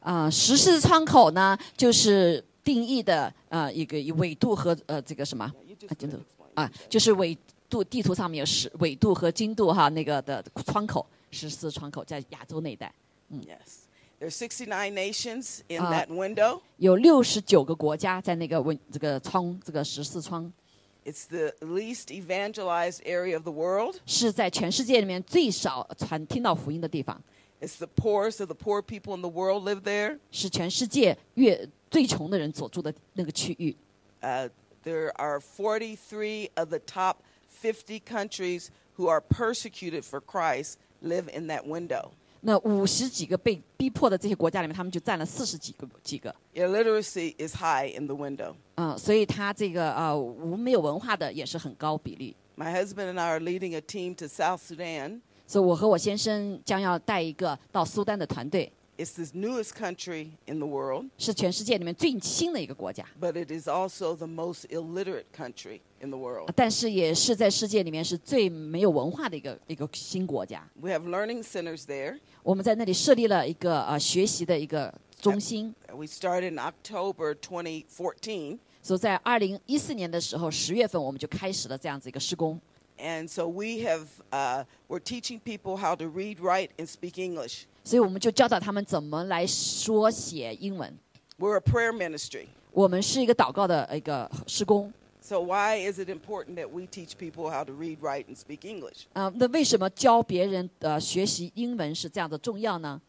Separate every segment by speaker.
Speaker 1: 啊、十四窗口呢，就是定义的呃一个以纬度和呃这个什么啊经度啊，就是纬度地图上面有十纬度和经度哈那个的窗口，十四窗口在亚洲那一带
Speaker 2: Yes. There's 69 nations in
Speaker 1: Uh,
Speaker 2: that window.
Speaker 1: 有六十九个国家在那个文这个窗这个十四窗
Speaker 2: It's the least evangelized area of the world.
Speaker 1: 是在全世界里面最少传听到福音的地方，
Speaker 2: It's the poorest of the poor people in the world live there.
Speaker 1: 是全世界越最穷的人所住的那个区域。
Speaker 2: Uh, there are 43 of the top 50 countries who are persecuted for Christ live in that window.
Speaker 1: 那五十几个被逼迫的这些国家里面，他们就占了四十几个几个，
Speaker 2: Illiteracy is high in the window.
Speaker 1: 嗯、所以他这个呃无没有文化的也是很高比例。
Speaker 2: My husband and I are leading a team to South Sudan.
Speaker 1: 所以我和我先生将要带一个到苏丹的团队，
Speaker 2: It's the newest country in the world,
Speaker 1: 是全世界里面最新的一个国家，
Speaker 2: but it is also the most illiterate country in the world.
Speaker 1: 但是也是在世界里面是最没有文化的一个一个新国家。
Speaker 2: We have learning centers there.
Speaker 1: 我们在那里设立了一个呃学习的一个中心，
Speaker 2: We started in October 2014,
Speaker 1: 所以在二零一四年的时候十月份我们就开始了这样子一个施工。
Speaker 2: and so we have uh, we're teaching people how to read, write, and speak English.
Speaker 1: 所以我们就教导他们怎么来说写英文。
Speaker 2: We're a prayer ministry.
Speaker 1: 我们是一个祷告的一个施工。
Speaker 2: So why is it important that we teach people how to read, write, and speak English
Speaker 1: 啊、那为什么教别人呃学习英文是这样的重要呢？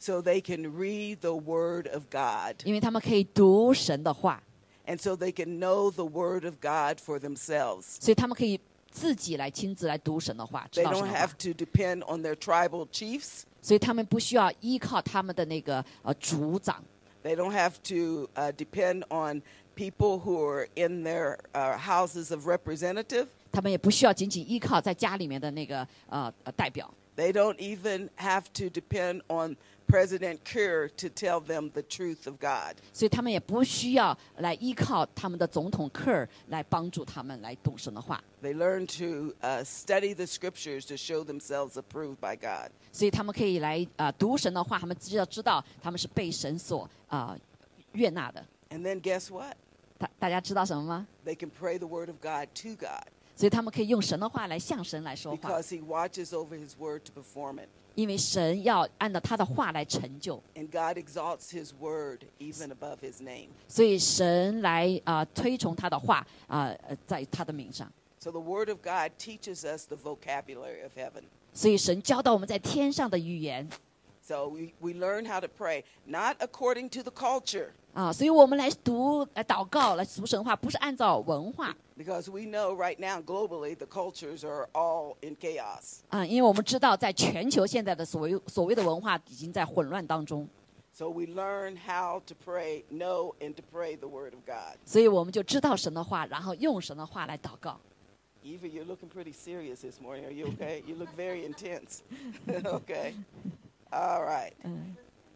Speaker 2: so they can read the Word of God
Speaker 1: 因为他们可以读神的话，
Speaker 2: and so they can know the Word of God for themselves?
Speaker 1: 所以他们可以自己来亲自来读神的话，知
Speaker 2: They
Speaker 1: 道神
Speaker 2: don't
Speaker 1: 的话
Speaker 2: have。to depend on their tribal chiefs.
Speaker 1: 所以他们不需要依靠他们的那个呃族长，
Speaker 2: They don't have to uh, depend on people who are in their uh, houses of representative.
Speaker 1: 他们也不需要仅仅依靠在家里面的那个呃呃代表，
Speaker 2: They don't even have to depend on President Kerr to tell them the truth of God.
Speaker 1: 所以他们也不需要来依靠他们的总统科尔来帮助他们来懂神的话，
Speaker 2: They learn to uh, study the scriptures to show themselves approved by God.
Speaker 1: 所以他们可以来呃读神的话，他们知道知道他们是被神所啊、呃悦纳的。
Speaker 2: And then guess what?
Speaker 1: 大大家知道什么吗？
Speaker 2: They can pray the word of God to God
Speaker 1: 所以他们可以用神的话来向神来说话，
Speaker 2: because He watches over His word to perform it.
Speaker 1: 因为神要按照他的话来成就，
Speaker 2: And God exalts His word even above His name.
Speaker 1: 所以神来啊、呃推崇他的话啊、呃在他的名上。
Speaker 2: So the word of God teaches us the vocabulary of heaven.
Speaker 1: 所以神教导我们在天上的语言
Speaker 2: So we, we learn how to pray, not according to the culture,
Speaker 1: 啊，所以我们来读来祷告来读神话，不是按照文化
Speaker 2: because we know right now globally the cultures are all in chaos.
Speaker 1: 啊，因为我们知道在全球现在的所谓所谓的文化已经在混乱当中，
Speaker 2: So we learn how to pray, know, and to pray the word of God.
Speaker 1: 所以我们就知道神的话，然后用神的话来祷告。
Speaker 2: Eva, you're looking pretty serious this morning. Are you okay? You look very intense. okay. All right.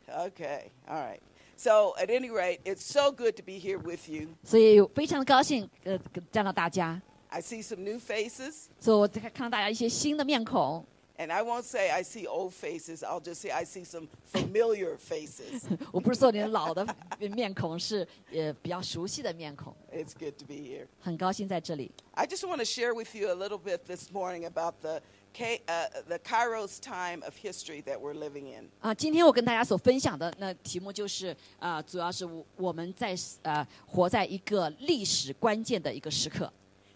Speaker 2: Okay. All right. So, at any rate, it's so good to be here with you.
Speaker 1: 所以非常的高兴呃见到大家，
Speaker 2: I see some new faces,
Speaker 1: 所以我看看到大家一些新的面孔。
Speaker 2: and I won't say I see old faces. I'll just say I see some familiar faces.
Speaker 1: 我不是说你的老的面孔，是呃比较熟悉的面孔。
Speaker 2: It's good to be here.
Speaker 1: 很高兴在这里。
Speaker 2: I just want to share with you a little bit this morning about the, K, uh, the Kairos time of history that we're living in.
Speaker 1: 啊，今天我跟大家所分享的那题目就是啊、主要是我我们在呃活在一个历史关键的一个时刻，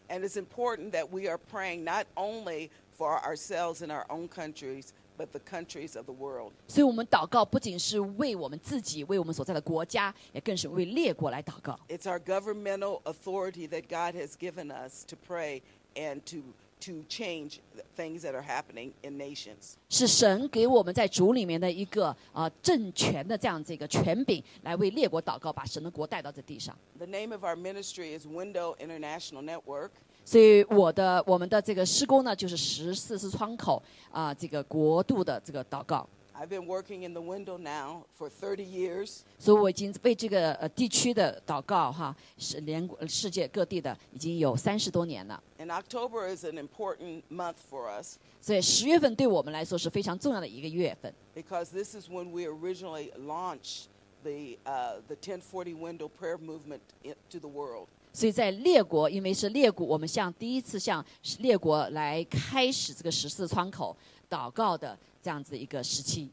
Speaker 2: And it's important that we are praying not only for ourselves and our own countries, but the countries of the world.
Speaker 1: 所以我们祷告不仅是为我们自己，为我们所在的国家，也更是为列国来祷告。
Speaker 2: It's our governmental authority that God has given us to pray and to, to change the things that are happening in nations.
Speaker 1: 是神给我们在主里面的一个啊、政权的这样子一个权柄，来为列国祷告，把神的国带到这地上。
Speaker 2: The name of our ministry is Window International Network.
Speaker 1: 所以我的我们的这个施工呢，就是十四次窗口啊、这个国度的这个祷告。
Speaker 2: I've been working in the window now for 30 years.
Speaker 1: 所以我已经为这个呃地区的祷告哈，是连呃世界各地的已经有三十多年了。
Speaker 2: And October is an important month for us
Speaker 1: 所以十月份对我们来说是非常重要的一个月份，
Speaker 2: because this is when we originally launched the, uh, the 1040 window prayer movement i- to the world.
Speaker 1: 所以在列国，因为是列国，我们向第一次向列国来开始这个十四窗口祷告的这样子一个时期。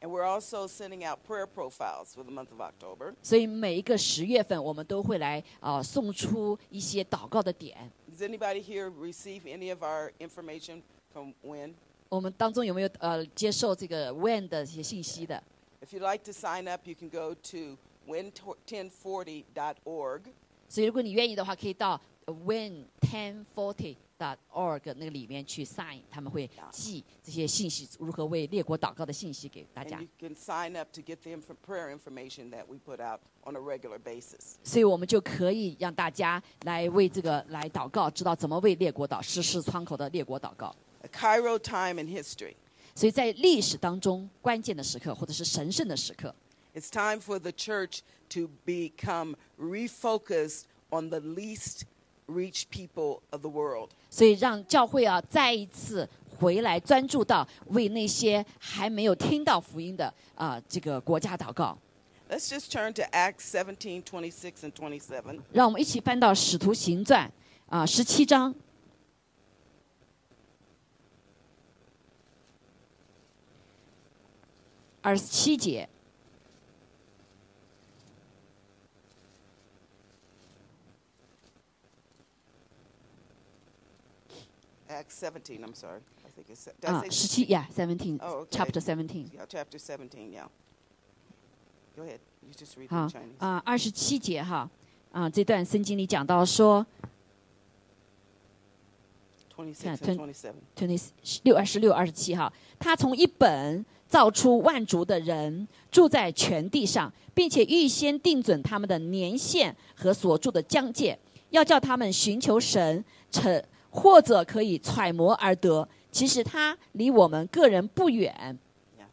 Speaker 2: And we're also sending out prayer profiles for the month of October.
Speaker 1: 所以每一个十月份，我们都会来啊、呃送出一些祷告的点。
Speaker 2: Does anybody here receive any of our information from WIN?
Speaker 1: 我们当中有没有呃接受这个 when 的一些信息的？
Speaker 2: If you'd like to sign up, you can go to win1040.org.
Speaker 1: 所以如果你愿意的话，可以到 when ten forty dot org 那个里面去 sign，他们会寄这些信息，如何为列国祷告的信息给大
Speaker 2: And
Speaker 1: 家
Speaker 2: you。can sign up to get the inf- prayer information that we put out on a regular basis.
Speaker 1: 所以我们就可以让大家来为这个来祷告，知道怎么为列国祷实施窗口的列国祷告。
Speaker 2: A Cairo time in history.
Speaker 1: 所以在历史当中关键的时刻，或者是神圣的时刻，
Speaker 2: It's time for the church to become refocused on the least reached people of the world.
Speaker 1: 所以让教会啊再一次回来专注到为那些还没有听到福音的啊、这个国家祷告。
Speaker 2: Let's just turn to Acts 17, 26, and 27.
Speaker 1: 让我们一起翻到《使徒行传》啊十七章。二十七节，
Speaker 2: Acts 17, I'm sorry. I think it's, did I
Speaker 1: 啊
Speaker 2: say，
Speaker 1: 十七，Yeah, seventeen,
Speaker 2: Oh, okay.
Speaker 1: chapter seventeen。
Speaker 2: Yeah, chapter 17, yeah. Go ahead. You just read
Speaker 1: 好
Speaker 2: in Chinese.
Speaker 1: 啊，二十七节哈啊，这段圣经里讲到说
Speaker 2: 26
Speaker 1: ten-
Speaker 2: and 27.
Speaker 1: twenty 六二十六二十七哈，他从一本造出万族的人，住在全地上，并且预先定准他们的年限和所住的疆界，要叫他们寻求神，成或者可以揣摩而得。其实他离我们个人不远，
Speaker 2: Yeah.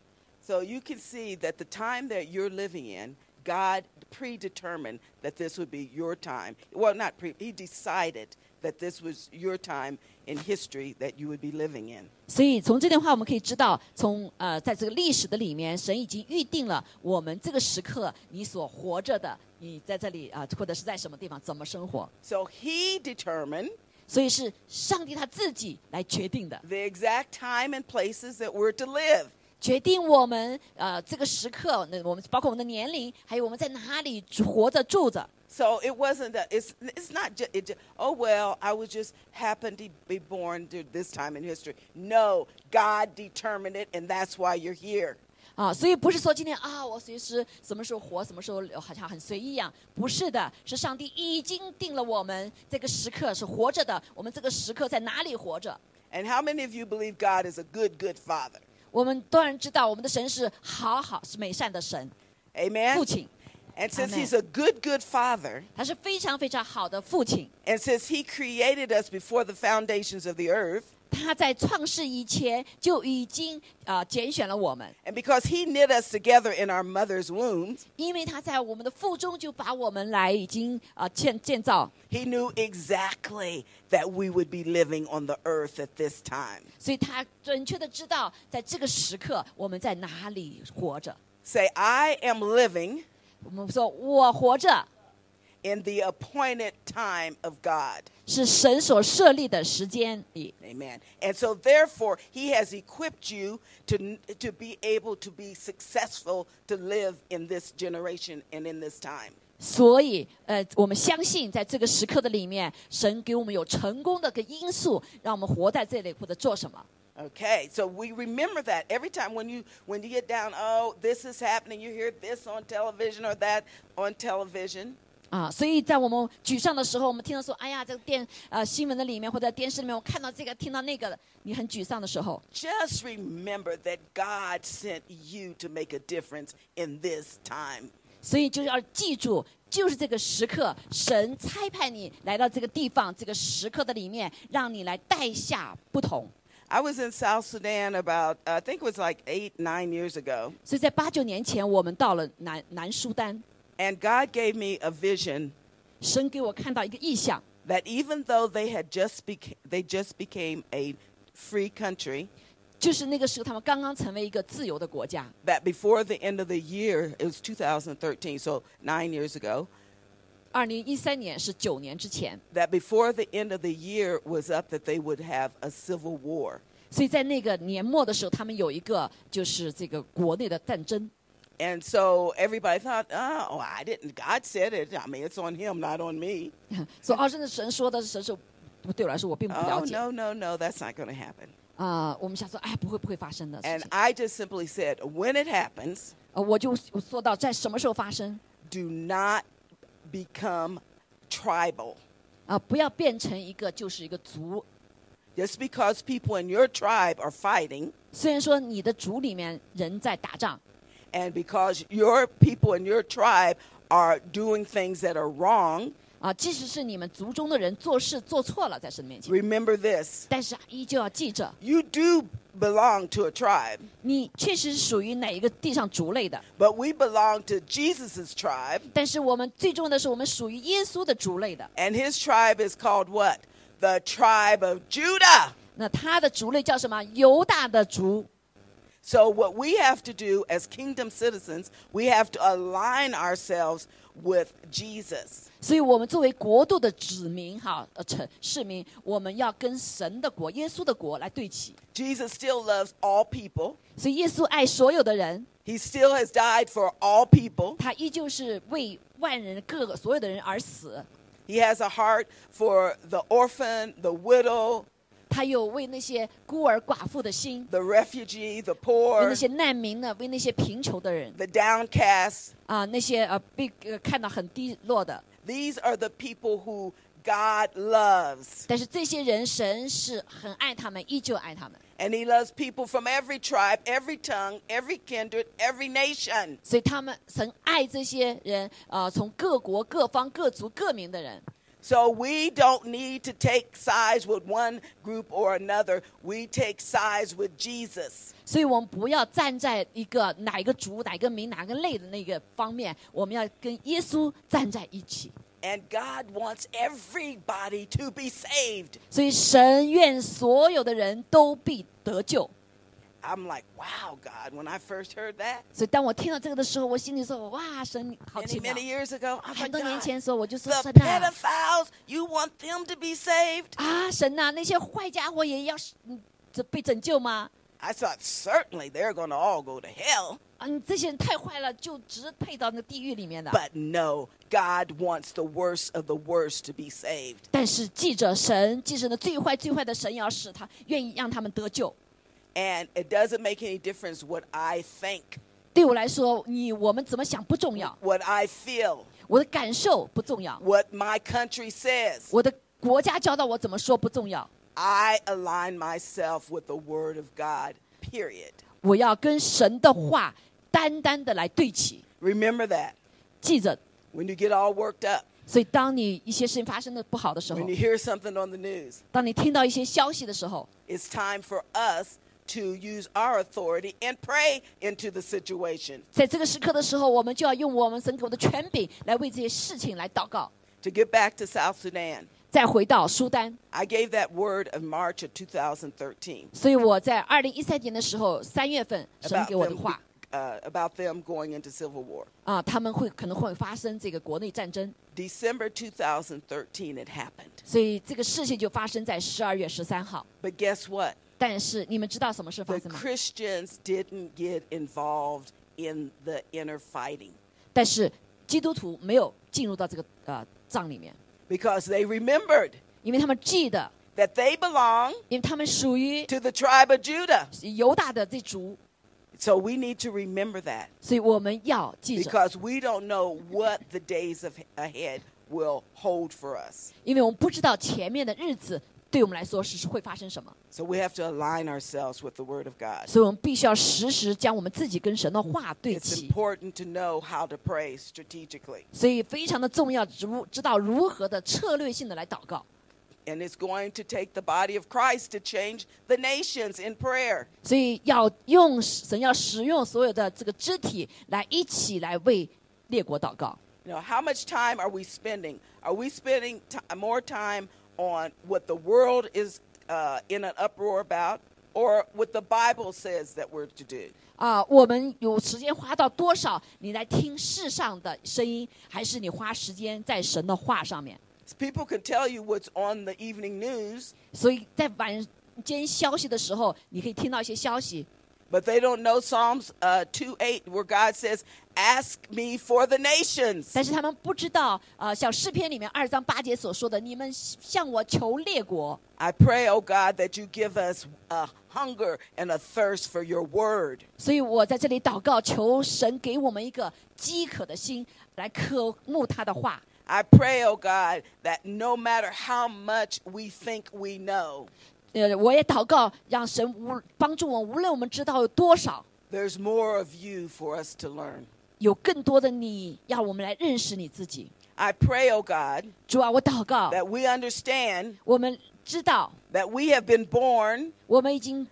Speaker 2: So you can see that the time that you're living in, God predetermined that this would be your time. Well, not pre, He decided that this was your time in history that you would be living in.
Speaker 1: 所以从这段话我们可以知道，从呃，在这个历史的里面，神已经预定了我们这个时刻，你所活着的，你在这里啊、或者是在什么地方，怎么生活，
Speaker 2: So He determined
Speaker 1: 所以是上帝他自己来决定的，
Speaker 2: the exact time and places that we're to live.
Speaker 1: 决定我们呃这个时刻，那我们包括我们的年龄，还有我们在哪里活着住着，
Speaker 2: So it wasn't that it's it's not just it, ju- oh well I was just happened to be born to this time in history. No, God determined it, and that's why you're here.
Speaker 1: 啊，所以不是说今天啊，我随时什么时候活，什么时候好像很随意一样，不是的，是上帝已经定了我们这个时刻是活着的，我们这个时刻在哪里活着。
Speaker 2: And how many of you believe God is a good, good Father?
Speaker 1: 我们当然知道，我们的神是好好是美善的神，
Speaker 2: Amen.
Speaker 1: 父亲，
Speaker 2: And since
Speaker 1: Amen.
Speaker 2: he's a good, good father,
Speaker 1: 他是非常非常好的父亲。
Speaker 2: and since he created us before the foundations of the earth,
Speaker 1: 他在创世以前就已经啊、呃拣选了我们，
Speaker 2: and because he knit us together in our mother's wombs,
Speaker 1: 因为他在我们的腹中就把我们来已经啊、呃建建造，
Speaker 2: he knew exactly that we would be living on the earth at this time.
Speaker 1: 所以他准确的知道在这个时刻我们在哪里活着。
Speaker 2: Say, I am living
Speaker 1: 我们说我活着
Speaker 2: in the appointed time of God.
Speaker 1: 是神所设立的时间里，
Speaker 2: Amen. And so, therefore, he has equipped you to, to be able to be successful to live in this generation and in this time.
Speaker 1: 所以，呃，我们相信，在这个时刻的里面，神给我们有成功的个因素，让我们活在这里或者做什么。
Speaker 2: Okay, so we remember that every time when you when you get down. Oh, this is happening. You hear this on television or that on television.
Speaker 1: 啊，所以在我们沮丧的时候，我们听到说，哎呀，这个电呃新闻的里面或者电视里面，我看到这个，听到那个，你很沮丧的时候，
Speaker 2: Just remember that God sent you to make a difference in this time.
Speaker 1: 所以就要记住，就是这个时刻，神差派你来到这个地方，这个时刻的里面，让你来带下不同。
Speaker 2: I was in South Sudan about, uh, I think it was like eight, nine years ago,
Speaker 1: 所以在八九年前，我们到了南南苏丹，
Speaker 2: and God gave me a vision
Speaker 1: 神给我看到一个意象，
Speaker 2: that even though they had just beca- they just became a free country,
Speaker 1: 就是那个时候他们刚刚成为一个自由的国家，
Speaker 2: that before the end of the year, it was 2013, so nine years ago,
Speaker 1: 二零一三年是九年之前，
Speaker 2: that before the end of the year was up, that they would have a civil war.
Speaker 1: 所以在那个年末的时候，他们有一个就是这个国内的战争，
Speaker 2: And so everybody thought, oh, well, I didn't. God said it. I mean, it's on him, not on me.
Speaker 1: 所以二哦真的神说的是神是对我来说我并不了
Speaker 2: Oh,
Speaker 1: 解啊、
Speaker 2: no, no, no, that's not going to happen.
Speaker 1: 我们想说哎不会不会发生的事
Speaker 2: And
Speaker 1: 情，
Speaker 2: I just simply said, when it happens,
Speaker 1: 呃我就我说到在什么时候发生
Speaker 2: do not become tribal.
Speaker 1: 啊、不要变成一个就是一个族，
Speaker 2: Just because people in your tribe are fighting
Speaker 1: 虽然说你的族里面人在打仗，
Speaker 2: and because your people in your tribe are doing things that are wrong,
Speaker 1: 啊，即使是你们族中的人做事做错了，在神面前，
Speaker 2: remember this
Speaker 1: 但是啊依旧要记着，
Speaker 2: you do belong to a tribe,
Speaker 1: 你确实属于哪一个地上族类的。
Speaker 2: but we belong to Jesus' tribe.
Speaker 1: 但是我们最重要的是，我们属于耶稣的族类的。
Speaker 2: And his tribe is called what? The tribe of Judah.
Speaker 1: 那他的族类叫什么？犹大的族。
Speaker 2: So, what we have to do as kingdom citizens, we have to align ourselves with Jesus.
Speaker 1: 所以，我们作为国度的子民，哈，呃，城市民，我们要跟神的国、耶稣的国来对齐。
Speaker 2: Jesus still loves all people,
Speaker 1: 所以，耶稣爱所有的人，
Speaker 2: he still has died for all people.
Speaker 1: 他依旧是为万人、各个所有的人而死。
Speaker 2: He has a heart for the orphan, the widow,
Speaker 1: 他有为那些孤儿寡妇的心，
Speaker 2: the refugee, the
Speaker 1: 为
Speaker 2: poor,
Speaker 1: 那些难民呢，为那些贫穷的人。
Speaker 2: the downcast.
Speaker 1: 啊，那些呃被呃看到很低落的，
Speaker 2: These are the people who God loves.
Speaker 1: 但是这些人神是很爱他们，依旧爱他们，
Speaker 2: And He loves people from every tribe, every tongue, every kindred, every nation.
Speaker 1: 所以他们神爱这些人，呃，从各国、各方、各族、各民的人，
Speaker 2: So we don't need to take sides with one group or another. We take sides with Jesus.
Speaker 1: 所以我们不要站在一个哪一个族、哪个民、哪个类的那个方面，我们要跟耶稣站在一起。
Speaker 2: And God wants everybody to be saved.
Speaker 1: 所以神愿所有的人都必得救。
Speaker 2: I'm like, wow, God, when I first heard that
Speaker 1: 所以当我听到这个的时候，我心里说：哇，神你好奇
Speaker 2: many,
Speaker 1: 妙
Speaker 2: many！years ago, I'm
Speaker 1: 很
Speaker 2: like,
Speaker 1: 多年
Speaker 2: God,
Speaker 1: 前的时候，我就说
Speaker 2: 啊 the
Speaker 1: 神啊。
Speaker 2: pedophiles, you want them to be saved?
Speaker 1: 啊，神呐、那些坏家伙也要是嗯这被拯救吗？
Speaker 2: I thought, certainly they're going to all go to hell.
Speaker 1: 啊，你这些人太坏了，就只配到那地狱里面的。
Speaker 2: But no, God wants the worst of the worst to be saved.
Speaker 1: 但是记着神，记着那最坏最坏的神也要使他愿意让他们得救。
Speaker 2: And it doesn't make any difference what I think,
Speaker 1: 对我来说，你我们怎么想不重要，
Speaker 2: what I feel.
Speaker 1: 我的感受不重要，
Speaker 2: what my country says.
Speaker 1: 我的国家教导我怎么说不重要，
Speaker 2: I align myself with the Word of God, period.
Speaker 1: 我要跟神的话单单的来对齐，
Speaker 2: Remember that.
Speaker 1: 记着。
Speaker 2: When you get all worked up,
Speaker 1: 所以，当你一些事情发生的不好的时候
Speaker 2: when，you hear something on the news,
Speaker 1: 当你听到一些消息的时候，
Speaker 2: it's time for us to use our authority and pray into the situation
Speaker 1: 在这个时刻的时候，我们就要用我们神给我们的权柄来为这些事情来祷告。
Speaker 2: to get back to South Sudan.
Speaker 1: 再回到苏丹，
Speaker 2: I gave that word in March of 2013
Speaker 1: 所以我在二零一三年的时候，三月份神
Speaker 2: about
Speaker 1: 给我的
Speaker 2: them,
Speaker 1: 话
Speaker 2: uh, about them going into civil war.
Speaker 1: 啊，他们会可能会发生这个国内战争，
Speaker 2: December 2013, it happened.
Speaker 1: 所以这个事情就发生在十二月十三号。
Speaker 2: But guess what?
Speaker 1: 但是你们知道什么事发
Speaker 2: the
Speaker 1: 生吗？
Speaker 2: Christians didn't get involved in the inner fighting
Speaker 1: 但是基督徒没有进入到这个呃仗里面，
Speaker 2: because they remembered
Speaker 1: 因为他们记得，
Speaker 2: that they belong
Speaker 1: 因为他们属于
Speaker 2: to the tribe of Judah.
Speaker 1: 犹大的这族，
Speaker 2: So we need to remember that
Speaker 1: 所以我们要记着，
Speaker 2: because we don't know what the days of ahead will hold for us.
Speaker 1: 因为我们不知道前面的日子对我们来说是是会发生什么。
Speaker 2: So we have to align ourselves with the Word of God.
Speaker 1: 所以我们必须要时时将我们自己跟神的话对
Speaker 2: It's
Speaker 1: 齐，
Speaker 2: important to know how to pray strategically.
Speaker 1: 所以非常的重要，如知道如何的策略性的来祷告。
Speaker 2: And it's going to take the body of Christ to change the nations in prayer.
Speaker 1: 所以要用神要使用所有的这个肢体来一起来为列国祷告。
Speaker 2: You know, how much time are we spending? Are we spending t- more time on what the world is uh, in an uproar about or what the Bible says that we're to do?
Speaker 1: 啊，我们有时间花到多少？你来听世上的声音，还是你花时间在神的话上面？
Speaker 2: People can tell you what's on the evening news,
Speaker 1: 所以在晚间消息的时候，你可以听到一些消息，
Speaker 2: but they don't know Psalms uh, 2 8, where God says, Ask me for the nations.
Speaker 1: 但是他们不知道，呃，像诗篇里面二章八节所说的，你们向我求列国，
Speaker 2: I pray, oh God, that you give us a hunger and a thirst for your word.
Speaker 1: 所以我在这里祷告，求神给我们一个饥渴的心，来渴慕他的话。
Speaker 2: I pray, oh God, that no matter how much we think we know,
Speaker 1: 呃，我也祷告，让神无帮助我，无论我们知道有多少，
Speaker 2: there's more of you for us to learn.
Speaker 1: 有更多的你，要我们来认识你自己。
Speaker 2: I pray, oh God,
Speaker 1: 主啊，我祷告，
Speaker 2: that we understand
Speaker 1: 我们知道，
Speaker 2: that we have been born
Speaker 1: 我们已经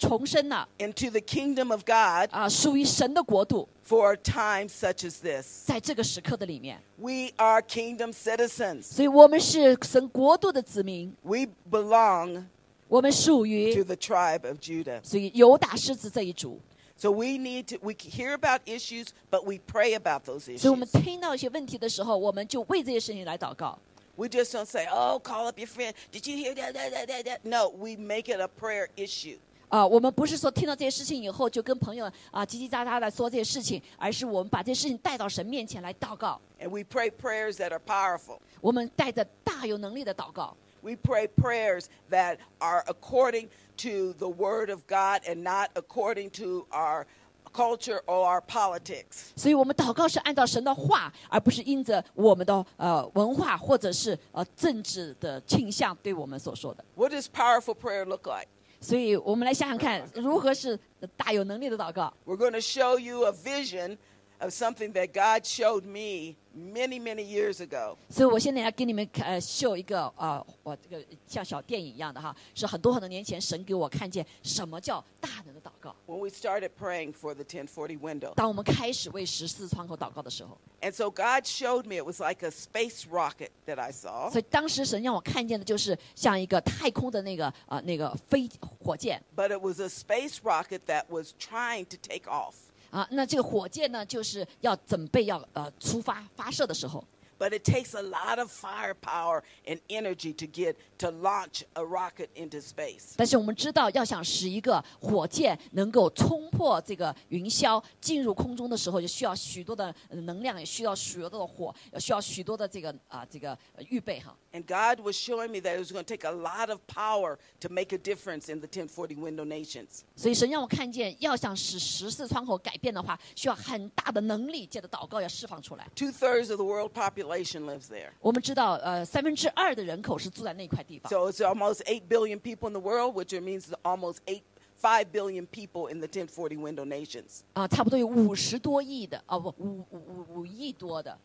Speaker 1: 重生了
Speaker 2: into the kingdom of God
Speaker 1: 啊，属于神的国度，
Speaker 2: for a time such as this.
Speaker 1: 在这个时刻的里面，
Speaker 2: We are kingdom citizens.
Speaker 1: 所以我们是神国度的子民，
Speaker 2: We belong
Speaker 1: 我们属
Speaker 2: to
Speaker 1: 于
Speaker 2: the tribe of Judah.
Speaker 1: 所以犹大狮子这一族，
Speaker 2: So we need to we hear about issues, but we pray about those
Speaker 1: 所以我们
Speaker 2: issues.
Speaker 1: 听到一些问题的时候，我们就为这些事情来祷告。
Speaker 2: We just don't say, "Oh, call up your friend. Did you hear that? That? That? That?" that? No, we make it a prayer issue.
Speaker 1: 啊，我们不是说听到这些事情以后就跟朋友啊叽叽喳喳的说这些事情，而是我们把这些事情带到神面前来祷告。
Speaker 2: And we pray prayers that are powerful.
Speaker 1: 我们带着大有能力的祷告，
Speaker 2: We pray prayers that are according to the Word of God and not according to our culture or our politics.
Speaker 1: 所以我们祷告是按照神的话，而不是因着我们的呃文化或者是呃政治的倾向对我们所说的。
Speaker 2: What does powerful prayer look like?
Speaker 1: 所以我们来想想看，如何是大有能力的祷告。
Speaker 2: We're going to show you a vision of something that God showed me many, many years ago.
Speaker 1: 所以我现在要给你们看呃秀一个啊、呃，我这个像小电影一样的哈，是很多很多年前神给我看见什么叫大能的祷告。
Speaker 2: when we started praying for the 1040 window.
Speaker 1: 当我们开始为十四窗口祷告的时候，
Speaker 2: And so God showed me it was like a space rocket that I saw.
Speaker 1: 所以当时神让我看见的就是像一个太空的那个呃那个飞火箭
Speaker 2: But it was a space rocket that was trying to take off.
Speaker 1: 啊，那这个火箭呢就是要准备要呃出发发射的时候，
Speaker 2: But it takes a lot of firepower and energy to get to launch a rocket into space.
Speaker 1: 但是我们知道要想使一个火箭能够冲破这个云霄进入空中的时候，就需要许多的呃能量，也需要许多的火，也需要许多的这个啊、这个呃预备哈。
Speaker 2: And God was showing me that it was going to take a lot of power to make a difference in the 1040 window nations.
Speaker 1: 所以神让我看见，要想使十四窗口改变的话，需要很大的能力，借着祷告要释放出来。
Speaker 2: Two thirds of the world population lives there.
Speaker 1: 我们知道，呃，三分之二的人口是住在那块地方，
Speaker 2: So it's almost 8 billion people in the world, which means almost 8, 5 billion people in the 1040 window nations.
Speaker 1: 啊、差不多有五十多亿的，啊不，五五五五亿多的，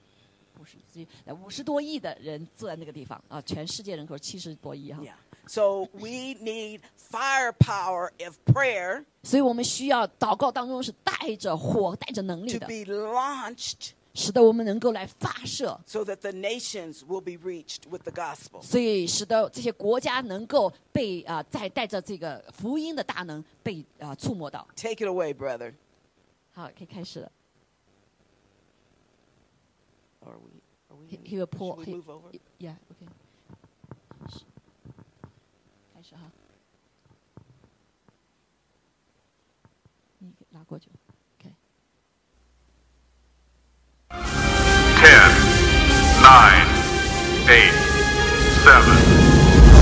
Speaker 1: 五十五十多亿的人住在那个地方啊、全世界人口七十多亿哈。
Speaker 2: Yeah. So we need firepower of prayer
Speaker 1: 所以我们需要祷告当中是带着火、带着能力
Speaker 2: to
Speaker 1: 的，
Speaker 2: be launched
Speaker 1: 使得我们能够来发射，
Speaker 2: so that the nations will be reached with the gospel.
Speaker 1: 所以使得这些国家能够被啊、在带着这个福音的大能被啊、触摸到。
Speaker 2: Take it away, brother.
Speaker 1: 好，可以开始了。
Speaker 2: Are we? Are we?
Speaker 1: He,
Speaker 2: in-
Speaker 1: he will pull.
Speaker 2: Should we
Speaker 1: he,
Speaker 2: move over?
Speaker 1: y- Yeah. Okay. 是开始哈。你给拉过去。OK。
Speaker 3: Ten, nine, eight, seven,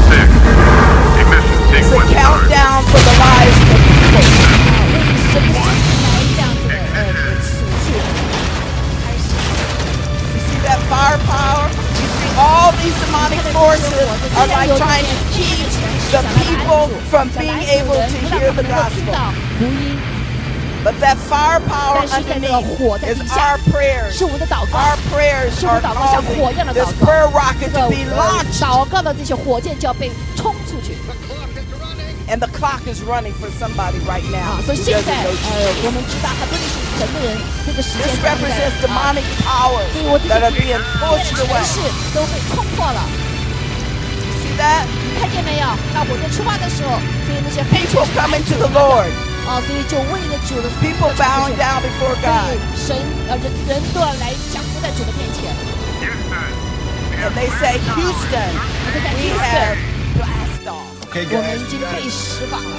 Speaker 3: six. Ignition
Speaker 2: It's a
Speaker 3: sequence start.
Speaker 2: countdown for the lives of people.
Speaker 1: 好，我们是不是来这样子的呃呃数数？开始。
Speaker 2: You see that firepower? You see all these demonic forces are like trying to keep the people from being able to hear the gospel.
Speaker 1: 福音。
Speaker 2: But that firepower
Speaker 1: 但是在那个
Speaker 2: underneath
Speaker 1: 火的底
Speaker 2: is our，
Speaker 1: 下
Speaker 2: prayers.
Speaker 1: 是我们的祷告
Speaker 2: Our。prayers
Speaker 1: 是我
Speaker 2: are
Speaker 1: 们祷告像
Speaker 2: causing
Speaker 1: 火一样的
Speaker 2: this
Speaker 1: 祷
Speaker 2: prayer
Speaker 1: 告，这
Speaker 2: rocket
Speaker 1: 个
Speaker 2: to be
Speaker 1: 呃
Speaker 2: launched,
Speaker 1: 祷告的这些火箭就要被冲出去
Speaker 2: and the clock is running for somebody right now.
Speaker 1: 啊！
Speaker 2: who
Speaker 1: 所以现
Speaker 2: doesn't
Speaker 1: 在
Speaker 2: know
Speaker 1: 呃
Speaker 2: Jesus.，
Speaker 1: 我们知道很多人是整个人这个时间
Speaker 2: This
Speaker 1: 段在
Speaker 2: represents
Speaker 1: 啊，
Speaker 2: demonic powers
Speaker 1: Sí, vos te-
Speaker 2: that are being
Speaker 1: 变的
Speaker 2: pushed
Speaker 1: 城
Speaker 2: away.
Speaker 1: 市呃都被冲破了，
Speaker 2: See that?
Speaker 1: 你看见没有？到火箭出发的时候，所以那些黑
Speaker 2: People
Speaker 1: 球
Speaker 2: coming to the Lord.
Speaker 1: 啊，所以就为了主的
Speaker 2: People bowing down before
Speaker 1: 所
Speaker 2: God.
Speaker 1: 以神呃人人都要来降服在主的面前，
Speaker 3: Houston.
Speaker 2: And they say, Houston,
Speaker 1: 我们在
Speaker 2: we
Speaker 1: 第
Speaker 2: have
Speaker 1: 四，
Speaker 2: blast off.
Speaker 4: Okay,
Speaker 1: 我们
Speaker 4: guys.
Speaker 1: 已经被释放了，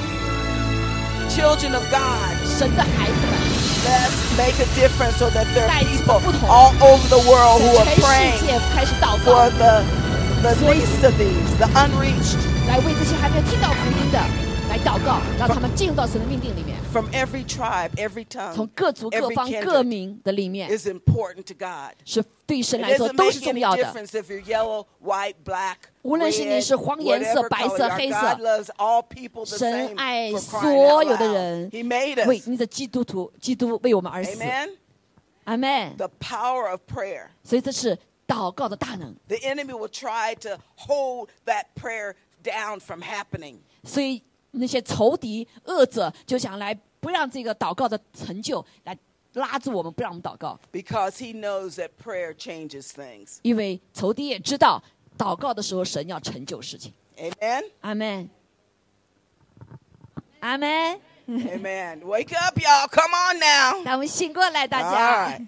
Speaker 2: Children of God,
Speaker 1: 神的孩子们。
Speaker 2: let's make a difference so that there are people
Speaker 1: 代志不同。
Speaker 2: all over the world
Speaker 1: 在
Speaker 2: Oh, who are
Speaker 1: 全世
Speaker 2: praying
Speaker 1: 界开始祷
Speaker 2: for
Speaker 1: 告，
Speaker 2: the, the least of these, the unreached,
Speaker 1: 来为这些还没有听到福音的来祷告，让他们进入到神的命定里面，
Speaker 2: from every tribe, every
Speaker 1: 从
Speaker 2: tongue,
Speaker 1: 各族各
Speaker 2: 嗯 every
Speaker 1: 方各
Speaker 2: kindred
Speaker 1: 民的里面，
Speaker 2: is important to God.
Speaker 1: 是对神
Speaker 2: It
Speaker 1: 来说
Speaker 2: doesn't
Speaker 1: 都是
Speaker 2: make
Speaker 1: 重
Speaker 2: any
Speaker 1: 要的。
Speaker 2: difference if you're yellow, white, black,
Speaker 1: 无论是你是
Speaker 2: red,
Speaker 1: 黄颜色、
Speaker 2: whatever
Speaker 1: 白色、
Speaker 2: color,
Speaker 1: 黑色。
Speaker 2: God loves all people the
Speaker 1: 神
Speaker 2: same
Speaker 1: 爱
Speaker 2: for crying
Speaker 1: 所
Speaker 2: out
Speaker 1: 有的
Speaker 2: loud.
Speaker 1: 人
Speaker 2: He made，
Speaker 1: 为
Speaker 2: us.
Speaker 1: 你的基督徒，基督为我们而死。
Speaker 2: Amen.
Speaker 1: 阿门。
Speaker 2: The power of prayer.
Speaker 1: 所以这是祷告的大能。
Speaker 2: The enemy will try to hold that prayer down from happening.
Speaker 1: 所以那些仇敌、恶者就想来不让这个祷告的成就，来拉住我们，不让我们祷告，
Speaker 2: Because he knows that prayer changes things.
Speaker 1: 因为仇敌也知道祷告的时候神要成就事情。
Speaker 2: Amen?
Speaker 1: 阿门，阿门。
Speaker 2: Amen. Wake up, y'all. Come on now.
Speaker 1: 让我们醒过来，大
Speaker 2: All
Speaker 1: 家。
Speaker 2: right.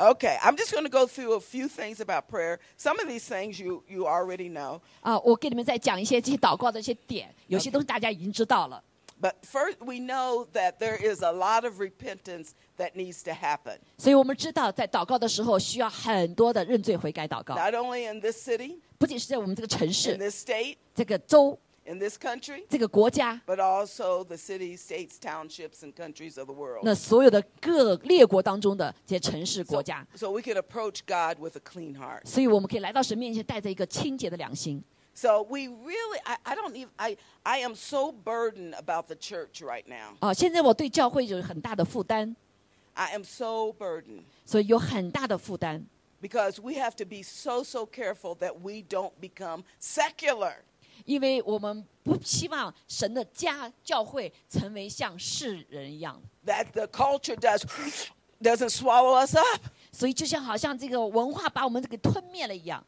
Speaker 2: Okay, I'm just going to go through a few things about prayer. Some of these things you, you already know.
Speaker 1: 啊，我给你们再讲一些这些祷告的一些点，有些东西大家已经知道了。
Speaker 2: But first, we know that there is a lot of repentance that needs to happen,
Speaker 1: 所以我们知道，在祷告的时候需要很多的认罪悔改祷告，
Speaker 2: not only in this city,
Speaker 1: 不仅是在我们这个城
Speaker 2: in
Speaker 1: 市、
Speaker 2: this state,
Speaker 1: 这个州、
Speaker 2: in this country,
Speaker 1: 这个国家，
Speaker 2: but also the cities, states, townships, and countries of the world.
Speaker 1: 那所有的各列国当中的这些城市、国
Speaker 2: so,
Speaker 1: 家。
Speaker 2: so we can approach God with a clean heart.
Speaker 1: 所以我们可以来到神面前，带着一个清洁的良心。
Speaker 2: So we really, I, I don't even, I, I am so burdened about the church right now.
Speaker 1: 啊，现在我对教会有很大的负担，
Speaker 2: I am so burdened.
Speaker 1: 所以有很大的负担。
Speaker 2: Because we have to be so, so careful that we don't become secular.
Speaker 1: 因为我们不希望神的家教会成为像世人一样，
Speaker 2: That the culture does doesn't swallow us up.
Speaker 1: 所以就像好像这个文化把我们给吞灭了一样。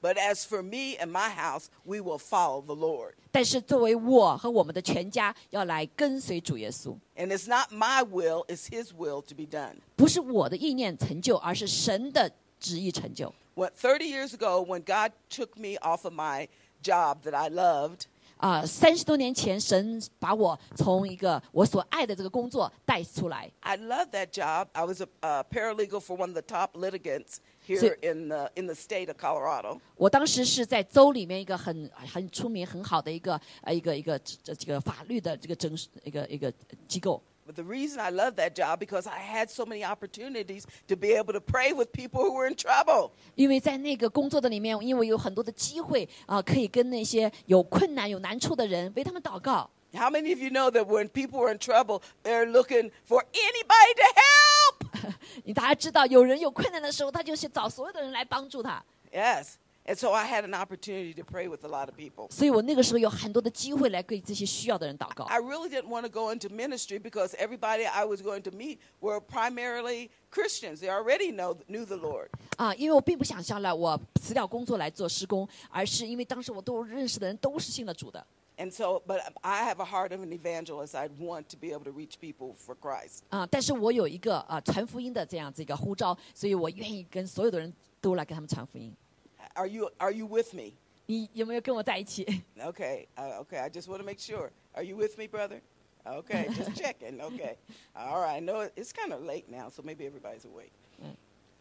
Speaker 2: But as for me and my house, we will follow the Lord.
Speaker 1: 但是作为我和我们的全家要来跟随主耶稣，
Speaker 2: And it's not my will, it's his will to be done.
Speaker 1: 不是我的意念成就，而是神的旨意成就。
Speaker 2: What 30 years ago when God took me off of my job that I loved,
Speaker 1: 啊、三十多年前，神把我从一个我所爱的这个工作带出来，
Speaker 2: I loved that job. I was a, a paralegal for one of the top litigants here
Speaker 1: So-
Speaker 2: in the in the state of Colorado.
Speaker 1: 我当时是在州里面一个很很出名、很好的一个呃一个一个这这个法律的这个争一个一个机构。
Speaker 2: But the reason I loved that job because I had so many opportunities to be able to pray with people who were in trouble.
Speaker 1: 因为在那个工作的里面，因为有很多的机会啊、可以跟那些有困难、有难处的人为他们祷告。
Speaker 2: How many of you know that when people are in trouble, they're looking for anybody to help?
Speaker 1: 你大家知道，有人有困难的时候，他就去找所有的人来帮助他。
Speaker 2: Yes. And so I had an opportunity to pray with a lot of people.
Speaker 1: 所以我那个时候有很多的机会来给这些需要的人祷告
Speaker 2: I。really didn't want to go into ministry because everybody I was going to meet were primarily Christians. They already know knew the Lord.
Speaker 1: 啊，因为我并不想象了我辞掉工作来做施工，而是因为当时我都认识的人都是信了主的。
Speaker 2: And so, but I have a heart of an evangelist. I want to be able to reach people for Christ.
Speaker 1: 啊，但是我有一个啊传福音的这样子一个呼召，所以我愿意跟所有的人都来给他们传福音。
Speaker 2: Are you are you with me?
Speaker 1: 你有没有跟我在一起？
Speaker 2: Okay, uh, okay. I just want to make sure. Are you with me, brother? Okay, just checking. Okay, all right. No, it- it's kind of late now, so maybe everybody's awake.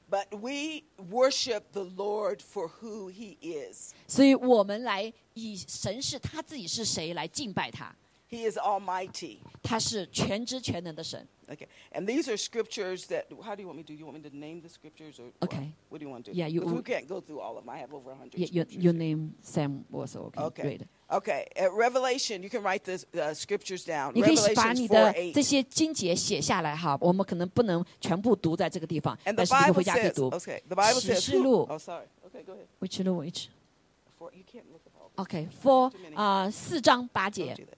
Speaker 2: But we worship the Lord for who He is.
Speaker 1: 所以我们来以神是他自己是谁来敬拜他。
Speaker 2: He is almighty.
Speaker 1: 他是全知全能的神。
Speaker 2: Okay. And these are scriptures that, how do you want me to do? You want me to name the scriptures? or what?
Speaker 1: Okay.
Speaker 2: What do you want to do?
Speaker 1: Yeah, you-
Speaker 2: 'Cause we can't go through all of them. I have over 100
Speaker 1: Yeah, your,
Speaker 2: scriptures
Speaker 1: your
Speaker 2: here.
Speaker 1: name Sam was okay.
Speaker 2: Okay.
Speaker 1: great.
Speaker 2: Okay. At Revelation, you can write the uh, scriptures down.
Speaker 1: 你可以把
Speaker 2: Revelation
Speaker 1: 你
Speaker 2: 4
Speaker 1: 的
Speaker 2: 8.
Speaker 1: 这些经节写下来哈，我们可能不能全部读在这个地方，
Speaker 2: And
Speaker 1: 但
Speaker 2: the
Speaker 1: 是你可以
Speaker 2: Bible
Speaker 1: 回家可以
Speaker 2: says,
Speaker 1: 读。
Speaker 2: okay, the Bible says,
Speaker 1: 启示录
Speaker 2: oh, sorry. Okay, go ahead.
Speaker 1: Which l o which?
Speaker 2: Four, you can't look at all this.
Speaker 1: OK, for
Speaker 2: Too many.
Speaker 1: 啊、四章八
Speaker 2: Don't
Speaker 1: 节
Speaker 2: do。that.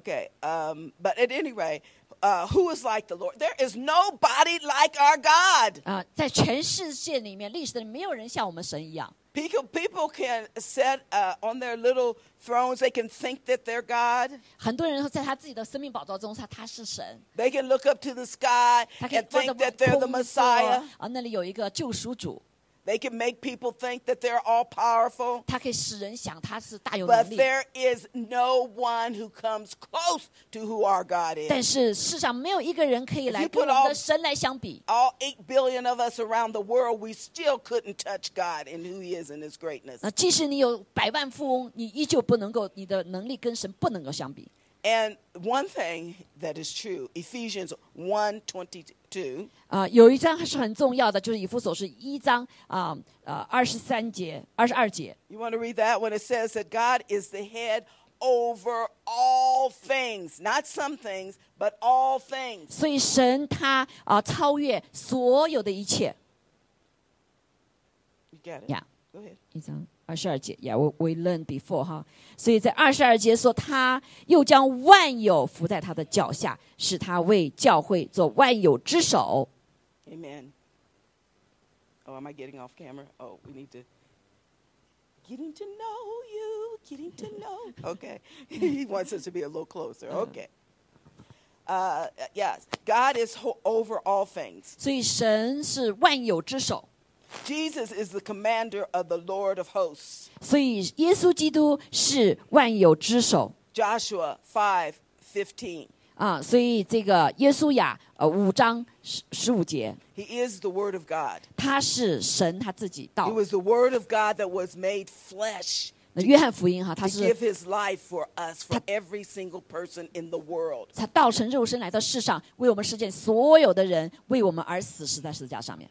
Speaker 2: Okay, um, but at any rate, uh, who is like the Lord? There is nobody like our God.
Speaker 1: 啊、在全世界里面，历史的没有人像我们神一样。
Speaker 2: People, people can sit uh, on their little thrones. They can think that they're God.
Speaker 1: 很多人在他自己的生命宝座中，他他是神，
Speaker 2: They can look up to the sky
Speaker 1: 他可以
Speaker 2: and
Speaker 1: 望着
Speaker 2: think that they're
Speaker 1: 空
Speaker 2: the
Speaker 1: 说
Speaker 2: Messiah.
Speaker 1: 啊，那里有一个救赎主，
Speaker 2: They can make people think that they're all powerful.
Speaker 1: 他可以使人想他是大有能
Speaker 2: But
Speaker 1: 力。
Speaker 2: there is no one who comes close to who our God
Speaker 1: 但
Speaker 2: is.
Speaker 1: 是世上没有一个人可以
Speaker 2: If
Speaker 1: 来
Speaker 2: you
Speaker 1: 跟我
Speaker 2: put
Speaker 1: 们的
Speaker 2: all-
Speaker 1: 神来相比。
Speaker 2: All 8 billion of us around the world, we still couldn't touch God and who He is and His greatness.
Speaker 1: 那啊即使你有百万富翁，你依旧不能够，你的能力跟神不能够相比。
Speaker 2: And one thing that is true Ephesians 1
Speaker 1: 啊、有一章还是很重要的，就是以弗所是一章啊呃二十三节、二十二节。
Speaker 2: You want to read that when it says that God is the head over all things, not some things, but all things.
Speaker 1: 所以神他啊、超越所有的一切。
Speaker 2: You got it?
Speaker 1: Yeah.
Speaker 2: Go ahead.
Speaker 1: 一章二十二节，Yeah, we we learned before 哈。所以在二十二节说，他又将万有伏在他的脚下，使他为教会做万有之首。
Speaker 2: Amen. Oh, am I getting off camera? Oh, we need to. Getting to know you, getting to know. Okay. he wants us to be a little closer. Okay. Uh, yes. God is ho- over all things.
Speaker 1: 所以神是万有之首。
Speaker 2: Jesus is the commander of the Lord of hosts.
Speaker 1: 所以耶稣基督是万有之首
Speaker 2: Joshua 5 15.
Speaker 1: 啊，所以这个耶稣呀，呃，五章十十五节，
Speaker 2: He is the Word of God.
Speaker 1: 他是神他自己
Speaker 2: He
Speaker 1: 道。
Speaker 2: was the Word of God that was made flesh
Speaker 1: 那约翰福音哈，他
Speaker 2: to
Speaker 1: 是
Speaker 2: give His life for us, for every single person in the world.
Speaker 1: 他道成肉身来到世上，为我们世界所有的人为我们而死，死在十字架上面。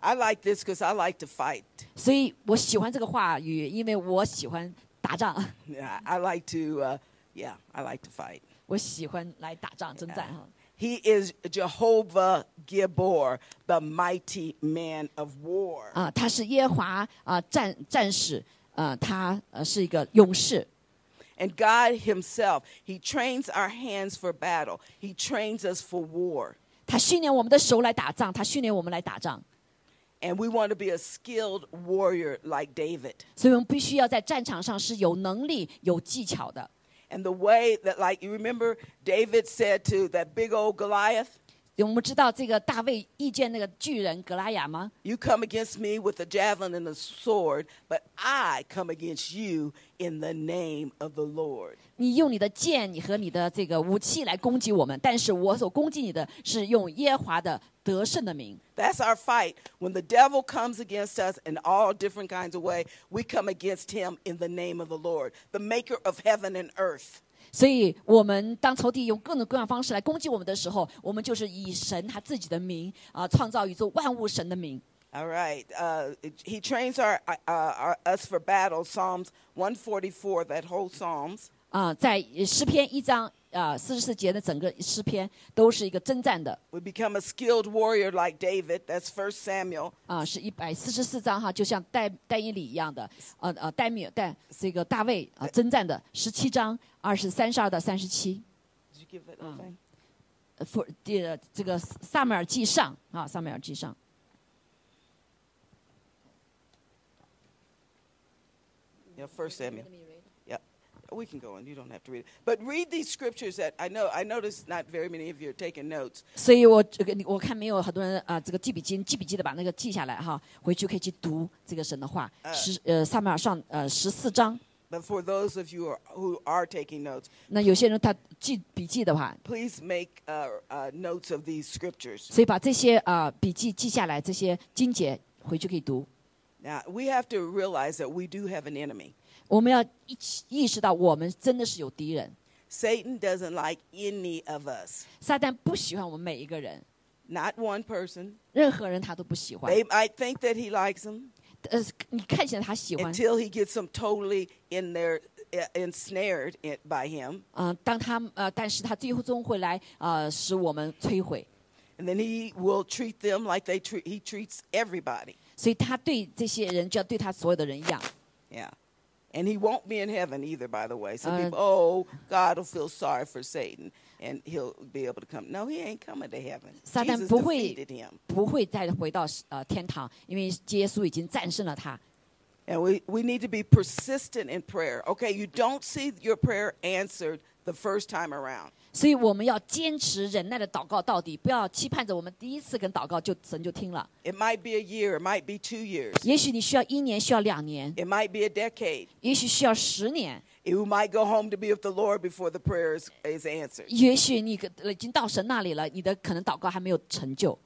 Speaker 2: I like this because I like to fight.
Speaker 1: 所以我喜欢这个话语，因为我喜欢打仗，
Speaker 2: Yeah, I like to, uh, yeah, I like to fight. Uh,
Speaker 1: 我喜欢来打仗征战哈。
Speaker 2: He is Jehovah Gibor, the mighty man of war.
Speaker 1: 啊，他是耶和华啊战战士，啊，他呃是一个勇士。
Speaker 2: And God Himself, He trains our hands for battle, He trains us for war.
Speaker 1: 他训练我们的手来打仗，他训练我们来打仗，
Speaker 2: And we want to be a skilled warrior like David.
Speaker 1: 所以我们必须要在战场上是有能力、有技巧的。
Speaker 2: And the way that, like, you remember David said to that big old Goliath,
Speaker 1: 我们知道这个大卫遇见那个巨人格拉雅吗？
Speaker 2: You come against me with a javelin and a sword, but I come against you in the name of the Lord.
Speaker 1: 你用你的剑，你和你的这个武器来攻击我们，但是我所攻击你的是用耶和华的得胜的名。
Speaker 2: That's our fight. When the devil comes against us in all different kinds of way, we come against him in the name of the Lord, the maker of heaven and earth.
Speaker 1: 所以，我们当仇敌用各种各样的方式来攻击我们的时候，我们就是以神他自己的名啊、创造宇宙万物神的名。
Speaker 2: All right. Uh, he trains our, uh, our, us for battle. Psalms 144, that whole Psalms.
Speaker 1: 啊、在诗篇一章啊四十四节的整个诗篇都是一个征战的
Speaker 2: We become a skilled warrior like David. That's 1 Samuel.
Speaker 1: 啊、是一百四十四章哈，就像戴戴伊里一样的，呃呃，戴米戴这个大卫啊、征战的十七章二十三十二到三十七，
Speaker 2: Did you give that little thing?
Speaker 1: 呃，for- 这这个萨米尔记上啊，萨米尔记上
Speaker 2: Yeah, 1 Samuel. Yeah, we can go on. You don't have to read it. But read these scriptures that I know. I notice not very many of you are taking notes.
Speaker 1: 所以我这个你我看没有很多人啊、这个记笔记，你记笔记的把那个记下来哈，回去可以去读这个神的话。十呃，撒母耳上呃十四章，
Speaker 2: But for those of you who are, who are taking notes,
Speaker 1: 那有些人他记笔记的话，
Speaker 2: please make uh, uh, notes of these scriptures.
Speaker 1: 所以把这些啊、笔记记下来，这些经节回去可以读。
Speaker 2: Now, we have to realize that we do have an enemy.
Speaker 1: 我们要意意识到，我们真的是有敌人。
Speaker 2: Satan doesn't like any of us,
Speaker 1: 撒旦不喜欢我们每一个人，
Speaker 2: not one person.
Speaker 1: 任何人他都不喜欢。
Speaker 2: They might think that he likes them
Speaker 1: 呃，你看起来他喜欢，
Speaker 2: until he gets them totally in their uh, ensnared in- by him,
Speaker 1: 嗯、当他呃，但是他最终会来呃，使我们摧毁。
Speaker 2: and then he will treat them like they treat he treats everybody.
Speaker 1: 所以他对这些人就要对他所有的人一样。
Speaker 2: Yeah. And he won't be in heaven either, by the way. Some
Speaker 1: Uh,
Speaker 2: people, oh, God will feel sorry for Satan and he'll be able to come. No, he ain't coming to heaven.
Speaker 1: 撒旦
Speaker 2: Jesus
Speaker 1: 不会
Speaker 2: defeated him.
Speaker 1: 不会再回到呃天堂，因为耶稣已经战胜了他。
Speaker 2: And we, we need to be persistent in prayer. Okay, you don't see your prayer answered the first time around.
Speaker 1: 所以我们要坚持忍耐的祷告到底，不要期盼着我们第一次跟祷告就神就听了。
Speaker 2: It might be a year, it might be two years,
Speaker 1: 也许你需要一年，需要两年，
Speaker 2: it might be a decade.
Speaker 1: 也许需要十年，
Speaker 2: You might go home to be with the Lord before the prayer is, is answered.
Speaker 1: 也许你可已经到神那里了，你的可能祷告还没有成就，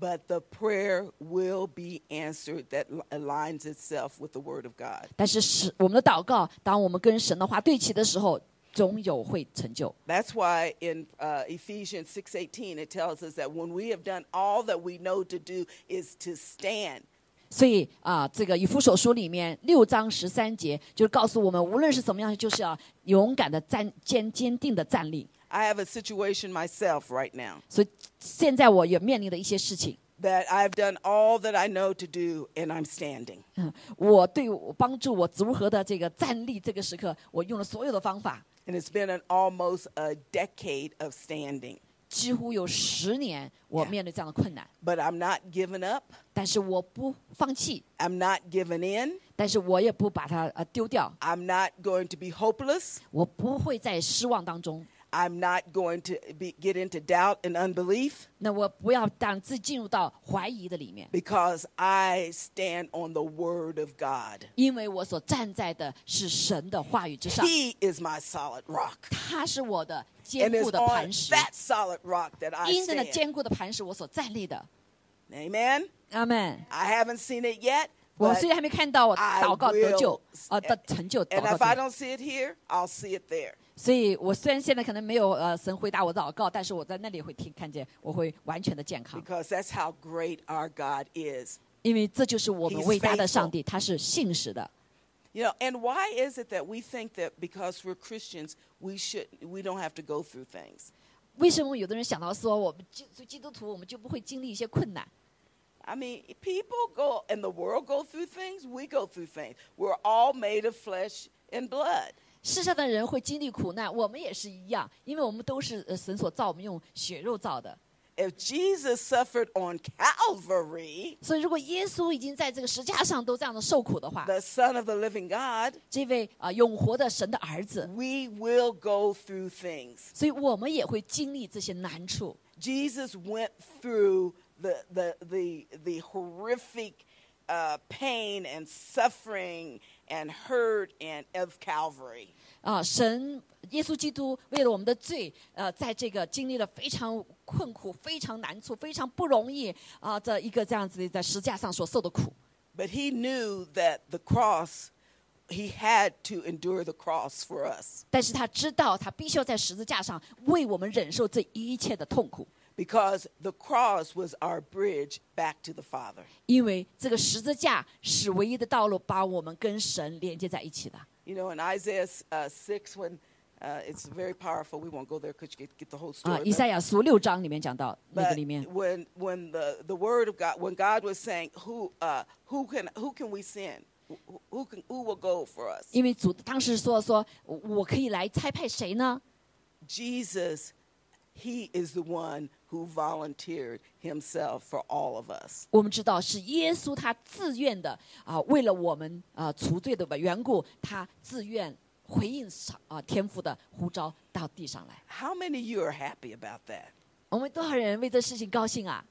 Speaker 2: But the prayer will be answered that li- aligns itself with the Word of God.
Speaker 1: 但是是我们的祷告，当我们跟神的话对齐的时候，总有会成就。
Speaker 2: That's why in uh, Ephesians 6:18 it tells us that when we have done all that we know to do is to stand.
Speaker 1: 所以啊、这个以弗所书里面六章十三节就是告诉我们，无论是怎么样，就是要勇敢的站坚坚定的站立。
Speaker 2: I have a situation myself right now
Speaker 1: 所以现在我也面临的一些事情，
Speaker 2: that I've done all that I know to do and I'm standing.
Speaker 1: 嗯，我对我帮助我如何的这个站立这个时刻，我用了所有的方法，
Speaker 2: And it's been an almost a decade of standing.
Speaker 1: 几乎有十年我
Speaker 2: Yeah.
Speaker 1: 面对这样的困难，
Speaker 2: But I'm not giving up.
Speaker 1: 但是我不放弃，
Speaker 2: I'm not giving in.
Speaker 1: 但是我也不把它呃丢掉，
Speaker 2: I'm not going to be hopeless.
Speaker 1: 我不会在失望当中。
Speaker 2: I'm not going to be, get into doubt and unbelief
Speaker 1: 那我不要让自己进入到怀疑的里面，
Speaker 2: because I stand on the word of God.
Speaker 1: 因为我所站在的是神的话语之上，
Speaker 2: He is my solid rock.
Speaker 1: 他是我的
Speaker 2: And
Speaker 1: 坚
Speaker 2: it's
Speaker 1: 固的
Speaker 2: on
Speaker 1: 磐石，
Speaker 2: that solid rock that I
Speaker 1: 因着那
Speaker 2: stand.
Speaker 1: 坚固的磐石，我所站立的。
Speaker 2: Amen.
Speaker 1: 阿门。
Speaker 2: I haven't seen it yet.
Speaker 1: 我
Speaker 2: but
Speaker 1: 虽然还没看到我
Speaker 2: I
Speaker 1: 祷告得救
Speaker 2: will-
Speaker 1: 呃的成就，祷
Speaker 2: and
Speaker 1: 告
Speaker 2: if I
Speaker 1: 成
Speaker 2: don't
Speaker 1: 就
Speaker 2: see it here, I'll see it there.
Speaker 1: 所以我虽然现在可能没有呃神回答我的祷告，但是我在那里会听看见，我会完全的健康，
Speaker 2: Because that's how great our God is.
Speaker 1: 因为这就是我们
Speaker 2: He's
Speaker 1: 伟大的上
Speaker 2: faithful
Speaker 1: 帝，他是信实的。
Speaker 2: You know, and why is it that we think that because we're Christians, we should we don't have to go through things?
Speaker 1: 为什么有的人想到说我们基基督徒我们就不会经历一些困难？
Speaker 2: I mean, people go and the world go through things, we go through things. We're all made of flesh and blood.
Speaker 1: 世上的人会经历苦难，我们也是一样，因为我们都是呃神所造，我们用血肉造的。
Speaker 2: If Jesus suffered on Calvary,
Speaker 1: 所以，如果耶稣已经在这个石架上都这样的受苦的话，
Speaker 2: the Son of the Living God,
Speaker 1: 这位啊、呃永活的神的儿子，
Speaker 2: we will go through things.
Speaker 1: 所以我们也会经历这些难处。
Speaker 2: Jesus went through the the the the horrific uh, pain and suffering and hurt and of Calvary.
Speaker 1: 啊，神耶稣基督为了我们的罪，呃，在这个经历了非常困苦、非常难处、非常不容易啊、这一个这样子在石架上所受的苦。
Speaker 2: But he knew that the cross, he had to endure the cross for us
Speaker 1: 但是他知道，他必须要在十字架上为我们忍受这一切的痛苦，
Speaker 2: because the cross was our bridge back to the Father.
Speaker 1: 因为这个十字架是唯一的道路，把我们跟神连接在一起的。
Speaker 2: You know, in Isaiah uh, 6, when uh, it's very powerful, we won't go there because you get, get the whole
Speaker 1: 啊、
Speaker 2: story.
Speaker 1: 以
Speaker 2: but-
Speaker 1: 赛亚书六章里面讲到那个
Speaker 2: But
Speaker 1: 里面，
Speaker 2: when when the, the word of God when God was saying who uh, who can who can we send who, who can who will go for us
Speaker 1: 因为主当时说说，我我可以来差派谁呢？
Speaker 2: Jesus he is the one who volunteered himself for all of us
Speaker 1: 我们知道是耶稣他自愿的啊、为了我们啊、除罪的缘故，他自愿回应上啊、天父的呼召到地上来。
Speaker 2: how many of you are happy about that
Speaker 1: 我们多少人为这事情高兴啊？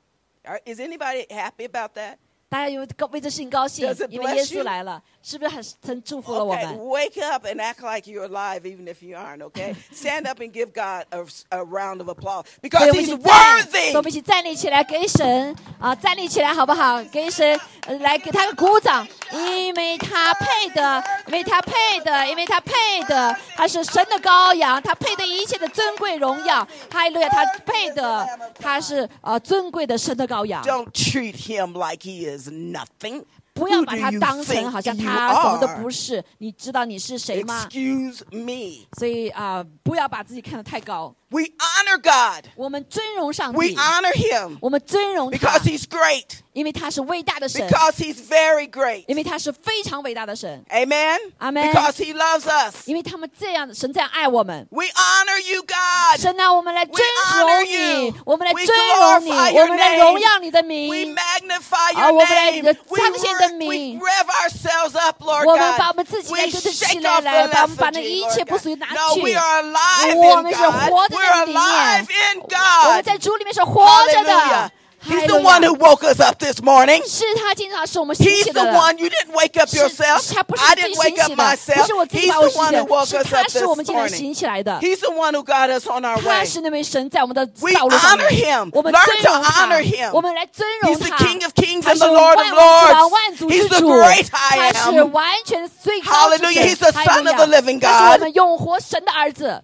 Speaker 2: Are- is anybody happy about that
Speaker 1: 大家有没有高为这事情高兴
Speaker 2: Does it？
Speaker 1: 因为耶
Speaker 2: bless you？
Speaker 1: 稣来了，是不是很很祝福了我
Speaker 2: okay
Speaker 1: 们？
Speaker 2: wake up and act like you're alive even if you aren't okay stand up and give God a, a round of applause
Speaker 1: 所以
Speaker 2: because
Speaker 1: 我们一
Speaker 2: he's
Speaker 1: 起站，所以我
Speaker 2: worthy
Speaker 1: 们一起站立起来，给神啊站立起来好不好？给神、呃来给他个鼓掌，因为他配的，因为他配的，因为他配的，他是神的羔羊，他配的一切的尊贵荣耀。哈利路亚，他配的，他是呃尊贵的神的羔羊。
Speaker 2: Don't treat him like he is nothing.
Speaker 1: 不要
Speaker 2: Who
Speaker 1: 把
Speaker 2: do
Speaker 1: 他
Speaker 2: you
Speaker 1: 当
Speaker 2: think
Speaker 1: 成好像
Speaker 2: you
Speaker 1: 他什么都
Speaker 2: are?
Speaker 1: 不是，你知道你是谁吗？
Speaker 2: Excuse me.
Speaker 1: 所以啊、不要把自己看得太高，
Speaker 2: We honor God.
Speaker 1: 我们尊荣上
Speaker 2: We
Speaker 1: 帝，
Speaker 2: honor him
Speaker 1: 我们尊荣他
Speaker 2: because，he's great.
Speaker 1: 因为他是伟大的神，
Speaker 2: Because he's very great.
Speaker 1: 因为他是非常伟大的神，
Speaker 2: Amen.
Speaker 1: Amen.
Speaker 2: Because he loves us.
Speaker 1: 因为他们这样，神这样爱我们。
Speaker 2: We honor you, God.
Speaker 1: 神啊，我们来
Speaker 2: We
Speaker 1: 尊
Speaker 2: honor
Speaker 1: 荣
Speaker 2: you.
Speaker 1: 你，我们来
Speaker 2: We
Speaker 1: 尊荣你，
Speaker 2: glorify your
Speaker 1: 我们来
Speaker 2: name.
Speaker 1: 荣耀你的
Speaker 2: We
Speaker 1: 名。
Speaker 2: magnify
Speaker 1: 啊，
Speaker 2: your
Speaker 1: 我们来
Speaker 2: name.
Speaker 1: 彰
Speaker 2: We, rev-
Speaker 1: 显你的名。
Speaker 2: we rev ourselves up, Lord
Speaker 1: 我们
Speaker 2: God.
Speaker 1: 把我们自己来
Speaker 2: We
Speaker 1: 就是
Speaker 2: shake
Speaker 1: 起
Speaker 2: off the
Speaker 1: 来来，把我们把那
Speaker 2: lethargy,
Speaker 1: 一
Speaker 2: Lord
Speaker 1: 切
Speaker 2: God.
Speaker 1: 不属于拿
Speaker 2: No,
Speaker 1: 去。
Speaker 2: we are alive
Speaker 1: 我
Speaker 2: in
Speaker 1: 们是
Speaker 2: God.
Speaker 1: 活着
Speaker 2: We're
Speaker 1: 在你里
Speaker 2: alive
Speaker 1: 面，
Speaker 2: in
Speaker 1: 我们
Speaker 2: God.
Speaker 1: 在主里面是活着的
Speaker 2: Hallelujah.。
Speaker 1: 哈
Speaker 2: He's
Speaker 1: 利
Speaker 2: the
Speaker 1: 路
Speaker 2: one
Speaker 1: 亚
Speaker 2: who woke us up this morning.
Speaker 1: 是他今早是我们兴
Speaker 2: He's
Speaker 1: 起
Speaker 2: the
Speaker 1: 的。
Speaker 2: one. You didn't wake up
Speaker 1: 是
Speaker 2: yourself.
Speaker 1: 他不是
Speaker 2: I
Speaker 1: 自己
Speaker 2: didn't
Speaker 1: 醒
Speaker 2: wake
Speaker 1: 起
Speaker 2: up
Speaker 1: 的，不
Speaker 2: myself.
Speaker 1: 是我自
Speaker 2: He's
Speaker 1: 己把
Speaker 2: the
Speaker 1: 我醒
Speaker 2: one who
Speaker 1: 的，
Speaker 2: woke
Speaker 1: 是
Speaker 2: us up
Speaker 1: 他
Speaker 2: this
Speaker 1: 使我们今天醒
Speaker 2: morning.
Speaker 1: 起来的。
Speaker 2: He's the one who got us on our
Speaker 1: 他
Speaker 2: way.
Speaker 1: 是那位神在我们的
Speaker 2: We
Speaker 1: 道路上面
Speaker 2: honor him.
Speaker 1: 我们尊
Speaker 2: Learn
Speaker 1: 荣
Speaker 2: to
Speaker 1: 他
Speaker 2: honor him.
Speaker 1: 我们来尊
Speaker 2: He's
Speaker 1: 荣
Speaker 2: the
Speaker 1: 他。
Speaker 2: King of kings
Speaker 1: 他
Speaker 2: and
Speaker 1: 是
Speaker 2: the
Speaker 1: 万
Speaker 2: Lord of
Speaker 1: 王之
Speaker 2: lords.
Speaker 1: 王，万主
Speaker 2: He's
Speaker 1: 之
Speaker 2: the
Speaker 1: 主。
Speaker 2: great I
Speaker 1: 他是
Speaker 2: am.
Speaker 1: 完全最高之
Speaker 2: Hallelujah.
Speaker 1: 神
Speaker 2: He's the
Speaker 1: 哈利路
Speaker 2: son of the
Speaker 1: 亚
Speaker 2: living
Speaker 1: 他是
Speaker 2: God.
Speaker 1: 我们永活神的儿子。哈利路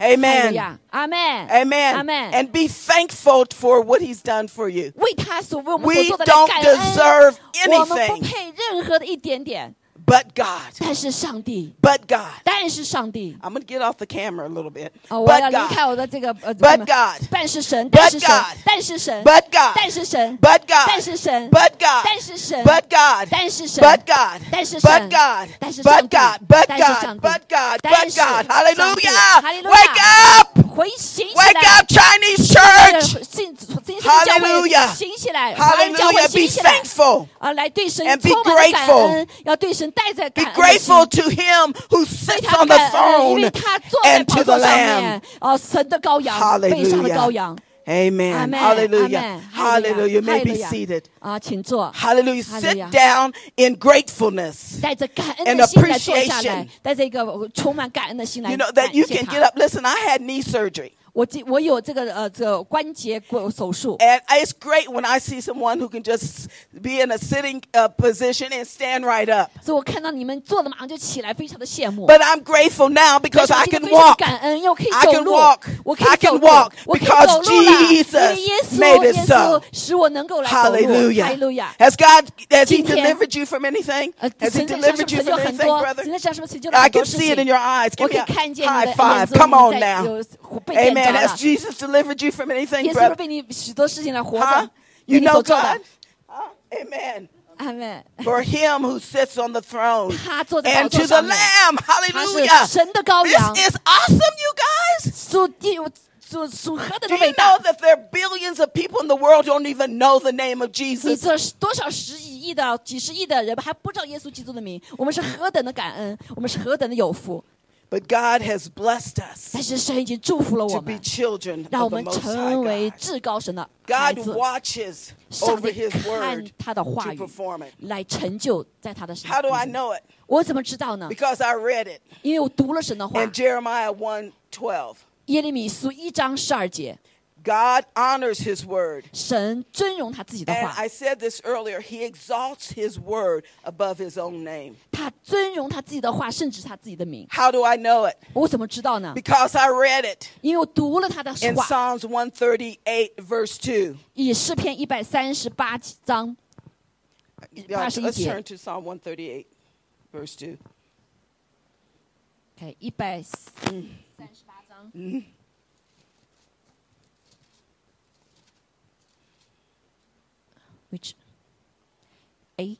Speaker 2: Amen.
Speaker 1: 亚，阿门，
Speaker 2: Amen.
Speaker 1: 阿门。
Speaker 2: And be thankful for what he's done for you.
Speaker 1: 为他所为我们
Speaker 2: We
Speaker 1: 所做的来感
Speaker 2: don't deserve
Speaker 1: 恩，我们不
Speaker 2: anything.
Speaker 1: 配任何的一点点，
Speaker 2: But God.
Speaker 1: 但是上帝，
Speaker 2: But God.
Speaker 1: 但是上帝。
Speaker 2: I'm going to get off the camera a little bit.
Speaker 1: 啊，我要
Speaker 2: But
Speaker 1: 离开
Speaker 2: God.
Speaker 1: 我的这个呃，
Speaker 2: But
Speaker 1: 怎么
Speaker 2: God
Speaker 1: 但是神，但是神
Speaker 2: God，
Speaker 1: 但是神
Speaker 2: But God
Speaker 1: 但是神
Speaker 2: But God
Speaker 1: 但是神
Speaker 2: But God
Speaker 1: 但是神
Speaker 2: But God.
Speaker 1: 但是神
Speaker 2: But God.
Speaker 1: 但是神
Speaker 2: But God.
Speaker 1: 但是
Speaker 2: But
Speaker 1: 上帝
Speaker 2: God. But
Speaker 1: 但是
Speaker 2: God.
Speaker 1: 上帝
Speaker 2: But God.
Speaker 1: 但
Speaker 2: But
Speaker 1: 是
Speaker 2: God.
Speaker 1: 上帝
Speaker 2: Hallelujah.
Speaker 1: ，Hallelujah
Speaker 2: Wake up.
Speaker 1: 回醒起
Speaker 2: Wake
Speaker 1: 来
Speaker 2: up, Chinese church.
Speaker 1: 信信教会
Speaker 2: Hallelujah
Speaker 1: 醒起来，华人教会
Speaker 2: Hallelujah. Be
Speaker 1: 醒起来
Speaker 2: thankful.
Speaker 1: 啊，来对神
Speaker 2: And be
Speaker 1: 充满了感
Speaker 2: grateful
Speaker 1: 恩，要对神带着
Speaker 2: Be
Speaker 1: 感恩的心
Speaker 2: grateful to him who sits
Speaker 1: 他
Speaker 2: on the
Speaker 1: 感恩，因为
Speaker 2: throne
Speaker 1: 他坐在
Speaker 2: and
Speaker 1: 宝
Speaker 2: to
Speaker 1: 座
Speaker 2: the
Speaker 1: 上
Speaker 2: Lamb.
Speaker 1: 面，哦，神的羔羊，被杀的羔羊
Speaker 2: Hallelujah.。Amen.
Speaker 1: Amen.
Speaker 2: Hallelujah.
Speaker 1: Amen.
Speaker 2: Hallelujah. You may be
Speaker 1: Hallelujah.
Speaker 2: seated.
Speaker 1: 啊，请坐。
Speaker 2: Hallelujah.
Speaker 1: Hallelujah.
Speaker 2: Sit down in gratefulness.
Speaker 1: 带着感
Speaker 2: And
Speaker 1: 恩的心来坐下
Speaker 2: appreciation.
Speaker 1: 来，带着一个充满感恩的心来
Speaker 2: You
Speaker 1: 感
Speaker 2: know
Speaker 1: 谢他。
Speaker 2: that you can get up. Listen, I had knee surgery.
Speaker 1: 我记我有这个呃这个关节过手术，
Speaker 2: And it's great when I see someone who can just be in a sitting uh, position and stand right up.
Speaker 1: 所以我看到你们坐的马上就起来，非常的羡慕。
Speaker 2: But I'm grateful now because
Speaker 1: 但是
Speaker 2: I
Speaker 1: 我
Speaker 2: can
Speaker 1: 今天非常
Speaker 2: walk.
Speaker 1: 感恩，因为我可以
Speaker 2: I
Speaker 1: 走
Speaker 2: can
Speaker 1: 路
Speaker 2: walk.，
Speaker 1: 我可
Speaker 2: I
Speaker 1: 以
Speaker 2: can
Speaker 1: 走路
Speaker 2: walk，
Speaker 1: 我可以
Speaker 2: because
Speaker 1: 走路了，因为
Speaker 2: Jesus
Speaker 1: 耶
Speaker 2: made
Speaker 1: 稣
Speaker 2: it
Speaker 1: 耶稣
Speaker 2: so.
Speaker 1: 使我能够来走路。哈利路
Speaker 2: Hallelujah.
Speaker 1: 亚。
Speaker 2: Has God, has He
Speaker 1: 今天，
Speaker 2: delivered you from anything?
Speaker 1: 呃，
Speaker 2: Has He
Speaker 1: 神在上
Speaker 2: delivered
Speaker 1: 是不是
Speaker 2: you
Speaker 1: 成就
Speaker 2: from
Speaker 1: 很
Speaker 2: anything,
Speaker 1: 多，
Speaker 2: brother?
Speaker 1: 神在上是不是成就了
Speaker 2: I
Speaker 1: 很多
Speaker 2: can
Speaker 1: 事
Speaker 2: see
Speaker 1: 情
Speaker 2: it in your eyes. Give
Speaker 1: 我可
Speaker 2: me
Speaker 1: 以
Speaker 2: a
Speaker 1: 看见你
Speaker 2: high
Speaker 1: 的眼
Speaker 2: five.
Speaker 1: 中
Speaker 2: Come
Speaker 1: 你
Speaker 2: on
Speaker 1: 在
Speaker 2: now.
Speaker 1: 有被点
Speaker 2: Amen.
Speaker 1: 着了
Speaker 2: Has。Jesus delivered you from anything,
Speaker 1: 耶稣
Speaker 2: brother?
Speaker 1: 为 你许多事情来活
Speaker 2: Huh?
Speaker 1: 着，
Speaker 2: You
Speaker 1: 为你
Speaker 2: know
Speaker 1: 所做的
Speaker 2: God?。Huh? Amen.
Speaker 1: 阿门。
Speaker 2: For him who sits on the throne
Speaker 1: 他坐在宝座
Speaker 2: and to the
Speaker 1: 上面。
Speaker 2: Lamb.
Speaker 1: 他
Speaker 2: Hallelujah.
Speaker 1: 是神的羔
Speaker 2: This
Speaker 1: 羊，
Speaker 2: is awesome, you guys.
Speaker 1: 属地属属何等
Speaker 2: Do
Speaker 1: 的
Speaker 2: you
Speaker 1: 伟
Speaker 2: know
Speaker 1: 大！
Speaker 2: that there are billions of people in the world who don't even know the name of
Speaker 1: 你
Speaker 2: Jesus?
Speaker 1: 这多少十几亿的、几十亿的人还不知道耶稣基督的名，我们是何等的感恩，我们是何等的有福！
Speaker 2: But God has blessed us
Speaker 1: 但是神已经祝福了我
Speaker 2: to be
Speaker 1: 们，
Speaker 2: children
Speaker 1: 让我
Speaker 2: of
Speaker 1: 们
Speaker 2: the Most
Speaker 1: 成为
Speaker 2: High
Speaker 1: 至高神的孩
Speaker 2: God.
Speaker 1: 子
Speaker 2: God。watches
Speaker 1: 上
Speaker 2: over
Speaker 1: 帝
Speaker 2: His
Speaker 1: 看
Speaker 2: word
Speaker 1: 他的话
Speaker 2: to
Speaker 1: 语
Speaker 2: perform it.
Speaker 1: 来成就在他的身
Speaker 2: How do I
Speaker 1: 上。
Speaker 2: know it?
Speaker 1: 我怎么知道呢？
Speaker 2: Because I read it
Speaker 1: 因为我读了神的话
Speaker 2: in。Jeremiah 1 12.
Speaker 1: 耶利米书一章十二节，
Speaker 2: God honors His word.
Speaker 1: 神尊荣他自己的
Speaker 2: And
Speaker 1: 话，
Speaker 2: I said this earlier, he exalts his word above his own name.
Speaker 1: 他尊荣他自己的话，甚至他自己的名。
Speaker 2: How do I know it?
Speaker 1: 我怎么知道呢？
Speaker 2: Because I read it
Speaker 1: 因为我读了他的
Speaker 2: in
Speaker 1: 话，
Speaker 2: Psalms 138, verse 2.
Speaker 1: 以诗篇一百三十八章
Speaker 2: Yeah, Let's
Speaker 1: 81节。
Speaker 2: turn to Psalm 138, verse 2.
Speaker 1: ，OK，一百三十八章。Which A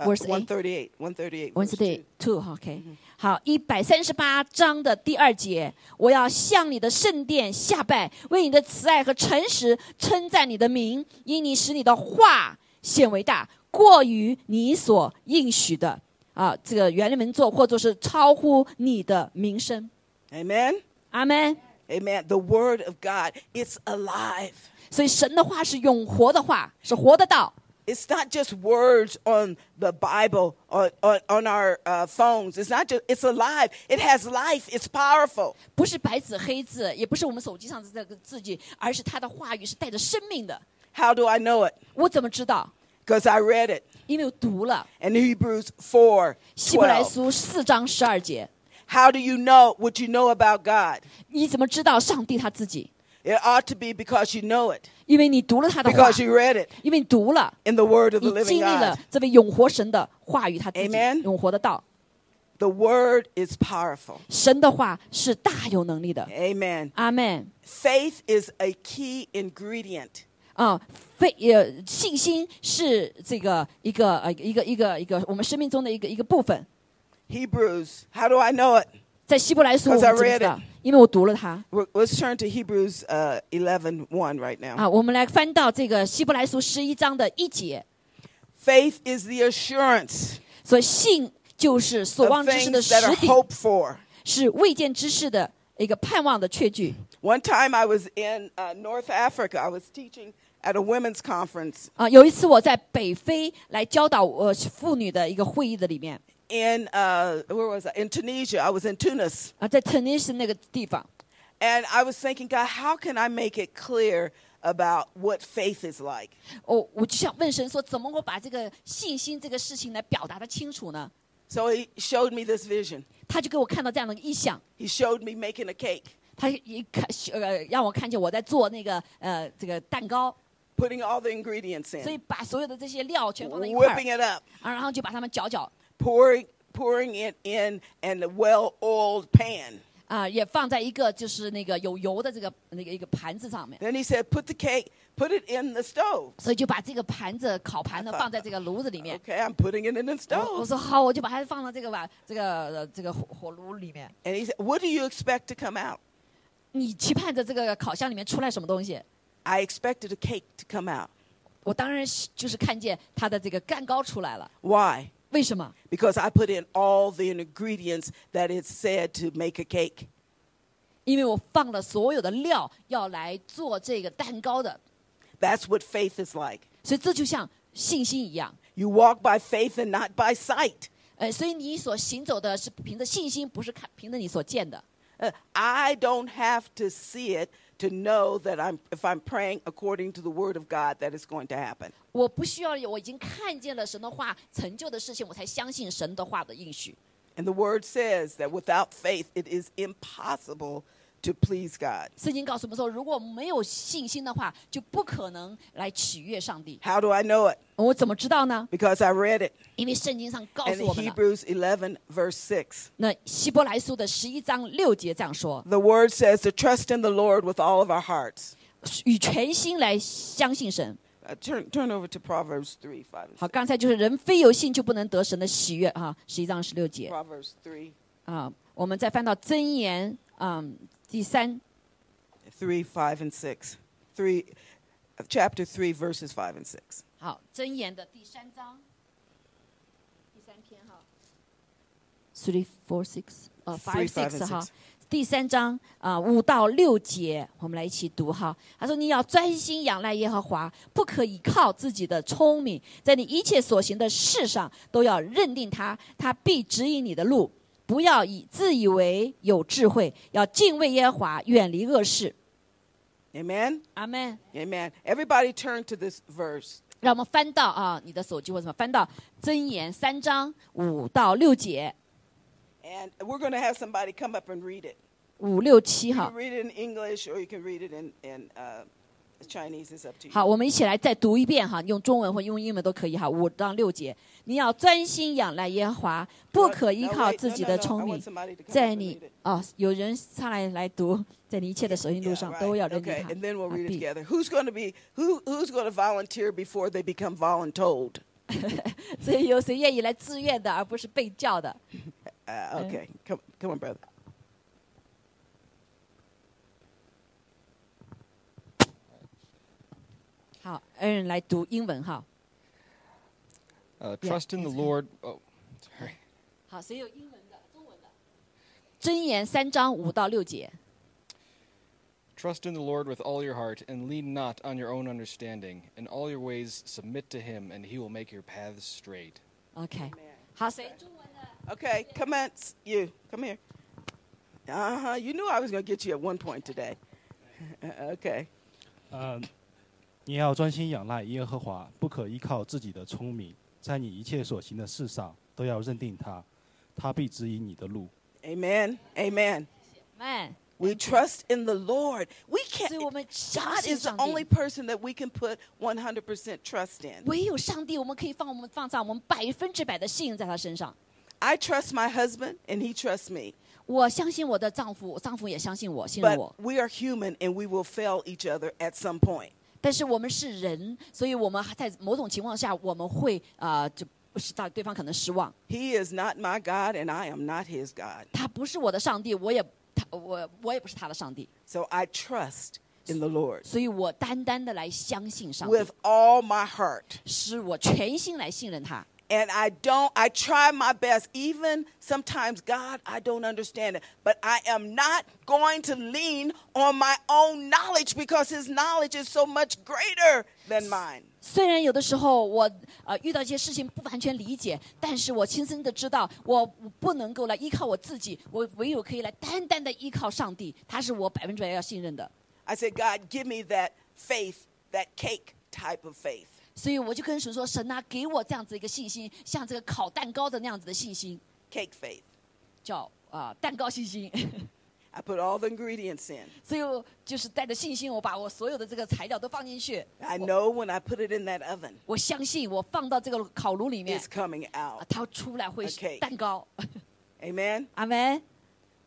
Speaker 2: Uh,
Speaker 1: verse A
Speaker 2: 138, 138. verse
Speaker 1: Wednesday
Speaker 2: two.
Speaker 1: two OK，好，一百三十八章的第二节，我要向你的圣殿下拜，为你的慈爱和诚实称赞你的名，因你使你的话显为大，过于你所应许的啊，这个原文作或者是超乎你的名声，
Speaker 2: Amen.
Speaker 1: 阿门。
Speaker 2: Amen. The word of God, it's alive.
Speaker 1: 所以神的话是永活的话，是活得到。
Speaker 2: It's not just words on the Bible on, on, on our uh, phones. It's not just, it's alive. It has life. It's powerful.
Speaker 1: 不是白纸黑字，也不是我们手机上的这个字句，而是他的话语是带着生命的。
Speaker 2: How do I know it?
Speaker 1: 我怎么知道？
Speaker 2: because I read it
Speaker 1: 因为我读了
Speaker 2: in Hebrews 4
Speaker 1: 希伯来
Speaker 2: 12.
Speaker 1: 书四章十二节。
Speaker 2: How do you know what you know about God?
Speaker 1: 你怎么知道上帝他自己？
Speaker 2: It ought to be because you know it,
Speaker 1: 因为你读了他的话
Speaker 2: because，you read it
Speaker 1: 因为你读了，
Speaker 2: in the Word of
Speaker 1: 你
Speaker 2: the Living
Speaker 1: 经历了
Speaker 2: God.
Speaker 1: 这位永活神的话语，他自己
Speaker 2: Amen
Speaker 1: 永活的道。
Speaker 2: The Word is powerful.
Speaker 1: 神的话是大有能力的。
Speaker 2: Amen.
Speaker 1: 阿门。
Speaker 2: Faith is a key ingredient
Speaker 1: 啊，非呃，信心是这个一个呃一个一个一个我们生命中的一个一个部分。
Speaker 2: Hebrews. How do I know it?
Speaker 1: 在希伯来书
Speaker 2: 'Cause
Speaker 1: 我们
Speaker 2: I
Speaker 1: 知不
Speaker 2: read
Speaker 1: 知道
Speaker 2: it.？
Speaker 1: 因为我读了它
Speaker 2: We're- Let's turn to Hebrews uh, 11 right now.
Speaker 1: 啊。我们来翻到这个希伯来书十一章的一节，
Speaker 2: Faith is the assurance
Speaker 1: 所以信就是所
Speaker 2: of
Speaker 1: 望之事的
Speaker 2: things
Speaker 1: 实
Speaker 2: that are
Speaker 1: 底，
Speaker 2: hoped for.
Speaker 1: 是未见之事的一个盼望的确据。
Speaker 2: One time I was in uh, North Africa. I was teaching at a women's conference
Speaker 1: 啊，有一次我在北非来教导我妇女的一个会议的里面
Speaker 2: in uh, where was I? In Tunisia. I was in Tunis,
Speaker 1: 啊，在 Tunis 那个地方，
Speaker 2: and I was thinking, God, how can I make it clear about what faith is like?
Speaker 1: 哦，我就想问神说，怎么我把这个信心这个事情来表达的清楚呢？
Speaker 2: So He showed me this vision.
Speaker 1: 他就给我看到这样的一个意象，
Speaker 2: He showed me making a cake,
Speaker 1: 他一看呃让我看见我在做那个呃这个蛋糕，
Speaker 2: putting all the ingredients
Speaker 1: 所以
Speaker 2: in,
Speaker 1: 把所有的这些料全放在一块
Speaker 2: whipping
Speaker 1: 儿，
Speaker 2: it up,
Speaker 1: 啊，然后就把它们搅搅
Speaker 2: pouring pouring it in an a well-oiled pan.
Speaker 1: 啊，也放在一个就是那个有油的这个那个一个盘子上面，
Speaker 2: Then he said, "Put the cake, put it in the stove."
Speaker 1: 所以就把这个盘子烤盘呢放在这个炉子里面。
Speaker 2: Okay, Oh. I'm putting it in the
Speaker 1: 我我
Speaker 2: stove.
Speaker 1: 说好，我就把它放到这个碗这个呃这个火火炉里面。
Speaker 2: And he said, "What do you expect to come out?"
Speaker 1: 你期盼着这个烤箱里面出来什么东西？
Speaker 2: I expected a cake to come out.
Speaker 1: 我当然是就是看见它的这个蛋糕出来了。
Speaker 2: Why?
Speaker 1: 为什么？
Speaker 2: Because I put in all the ingredients that it said to make a cake.
Speaker 1: 因为我放了所有的料要来做这个蛋糕的，
Speaker 2: That's what faith is like.
Speaker 1: 所以这就像信心一样。
Speaker 2: You walk by faith and not by sight.
Speaker 1: 呃，所以你所行走的是凭着信心，不是看凭着你所见的。
Speaker 2: Uh, I don't have to see it to know that I'm if I'm praying according to the word of God that it's going to happen.
Speaker 1: 我不需要有，我已经看见了神的话成就的事情，我才相信神的话的应许。
Speaker 2: And the word says that without faith it is impossible to please God.
Speaker 1: 圣经告诉我们说，如果没有信心的话，就不可能来取悦上帝。
Speaker 2: How do I know it?
Speaker 1: 我怎么知道呢？
Speaker 2: Because I read it
Speaker 1: 因为圣经上告
Speaker 2: in
Speaker 1: 诉我们了。
Speaker 2: Hebrews 11 verse 6.
Speaker 1: 那希伯来书的十一章六节这样说：
Speaker 2: The word says to trust in the Lord with all of our hearts.
Speaker 1: 与全心来相信神。
Speaker 2: Uh, turn, turn over to Proverbs 3, 5, and
Speaker 1: 好，
Speaker 2: 6.
Speaker 1: 刚才就是人非有信就不能得神的喜悦啊，十一章十六节
Speaker 2: Proverbs 3,
Speaker 1: 啊。我们再翻到箴言啊、嗯第三
Speaker 2: 3, 5, and 6. 3, uh, chapter 3, verses 5 and 6.
Speaker 1: 好，箴言的第三章，第三篇哈，three four six 呃
Speaker 2: Three,
Speaker 1: five
Speaker 2: five and
Speaker 1: six 哈
Speaker 2: six.，
Speaker 1: 第三章啊五到六节，我们来一起读哈。他说：“你要专心仰赖耶和华，不可依靠自己的聪明，在你一切所行的事上都要认定他，他必指引你的路。不要以自以为有智慧，要敬畏耶和华，远离恶事。
Speaker 2: Amen? ”
Speaker 1: 阿门。
Speaker 2: Amen. Everybody turn to this verse.
Speaker 1: 让我们翻到啊，你的手机或什么翻到《箴言》三章五到六节，
Speaker 2: And we're going to have somebody come up and read it.
Speaker 1: 五六七
Speaker 2: You
Speaker 1: 哈
Speaker 2: can。read it in English or you can read it in, in uh, Chinese. It's up to you.
Speaker 1: 好，我们一起来再读一遍哈，用中文或用英文都可以哈。五到六节，你要专心仰赖耶和华，不可依靠自己的聪明，在你哦，有人上来来读，在你一切的手行
Speaker 2: Yeah,
Speaker 1: 路上
Speaker 2: right.
Speaker 1: 都要认定
Speaker 2: Okay,
Speaker 1: 他。
Speaker 2: and then we'll
Speaker 1: 啊
Speaker 2: read it
Speaker 1: 必
Speaker 2: together. Who's going to be who? Who's going to volunteer before they become voluntold?
Speaker 1: 所以有谁愿意来自愿的，而不是被叫的？
Speaker 2: Uh, okay, come come on, brother.
Speaker 1: 好，恩人来读英文哈。
Speaker 4: Uh,
Speaker 1: Yeah,
Speaker 4: trust in the Lord. Oh, sorry.
Speaker 1: 好，谁有英文的、中文的？箴言三章五到六节。
Speaker 4: Trust in the Lord with all your heart, and lean not on your own understanding. In all your ways submit to Him, and He will make your paths straight.
Speaker 1: OK，好，谁中文的？
Speaker 2: Okay, commence. You come here. Uh huh. You knew I was going to get you at one point today. okay.
Speaker 5: Um, 你要专心仰赖耶和华，不可依靠自己的聪明，在你一切所行的事上都要认定他，他必指引你的路。
Speaker 2: Amen. Amen.
Speaker 1: 们，
Speaker 2: We trust in the Lord. We
Speaker 1: 所以我
Speaker 2: can't.
Speaker 1: 们
Speaker 2: God
Speaker 1: 相信
Speaker 2: is the
Speaker 1: 上
Speaker 2: only
Speaker 1: 帝。
Speaker 2: person that we can put 100% trust in.
Speaker 1: 唯有上帝，我们可以放我们放下我们百分之百的信任在他身上。
Speaker 2: I trust my husband, and he trusts me.
Speaker 1: 我相信我的丈夫，我丈夫也相信我，信任我。
Speaker 2: But we are human, and we will fail each other at some point.
Speaker 1: 但是我们是人，所以我们还在某种情况下，我们会啊、呃就不是到对方可能失望。
Speaker 2: He is not my God, and I am not his God.
Speaker 1: 他不是我的上帝，我也他我我也不是他的上帝，
Speaker 2: So I trust in the Lord
Speaker 1: 所以我单单的来相信上帝
Speaker 2: with，all my heart.
Speaker 1: 是我全心来信任他。
Speaker 2: And I don't, I try my best. Even sometimes, God, I don't understand it. But I am not going to lean on my own knowledge because His knowledge is so much greater than mine.
Speaker 1: 虽然有的时候我呃遇到一些事情不完全理解，但是我亲身的知道，我不能够来依靠我自己，我唯有可以来单单的依靠上帝，他是我百分之百要信任的。
Speaker 2: I said, God, give me that faith, that cake type of faith.
Speaker 1: 所以我就跟神说：“神啊，给我这样子一个信心，像这个烤蛋糕的那样子的信心，
Speaker 2: Cake faith.
Speaker 1: 叫啊、蛋糕信心。
Speaker 2: I put all the ingredients in.
Speaker 1: 所以我就是带着信心，我把我所有的这个材料都放进去。
Speaker 2: I
Speaker 1: 我
Speaker 2: know when I put it in that oven,
Speaker 1: 我相信我放到这个烤炉里面
Speaker 2: it's，coming
Speaker 1: 啊
Speaker 2: out.
Speaker 1: 它出来会是
Speaker 2: Okay
Speaker 1: 蛋糕。
Speaker 2: Amen.
Speaker 1: 阿门。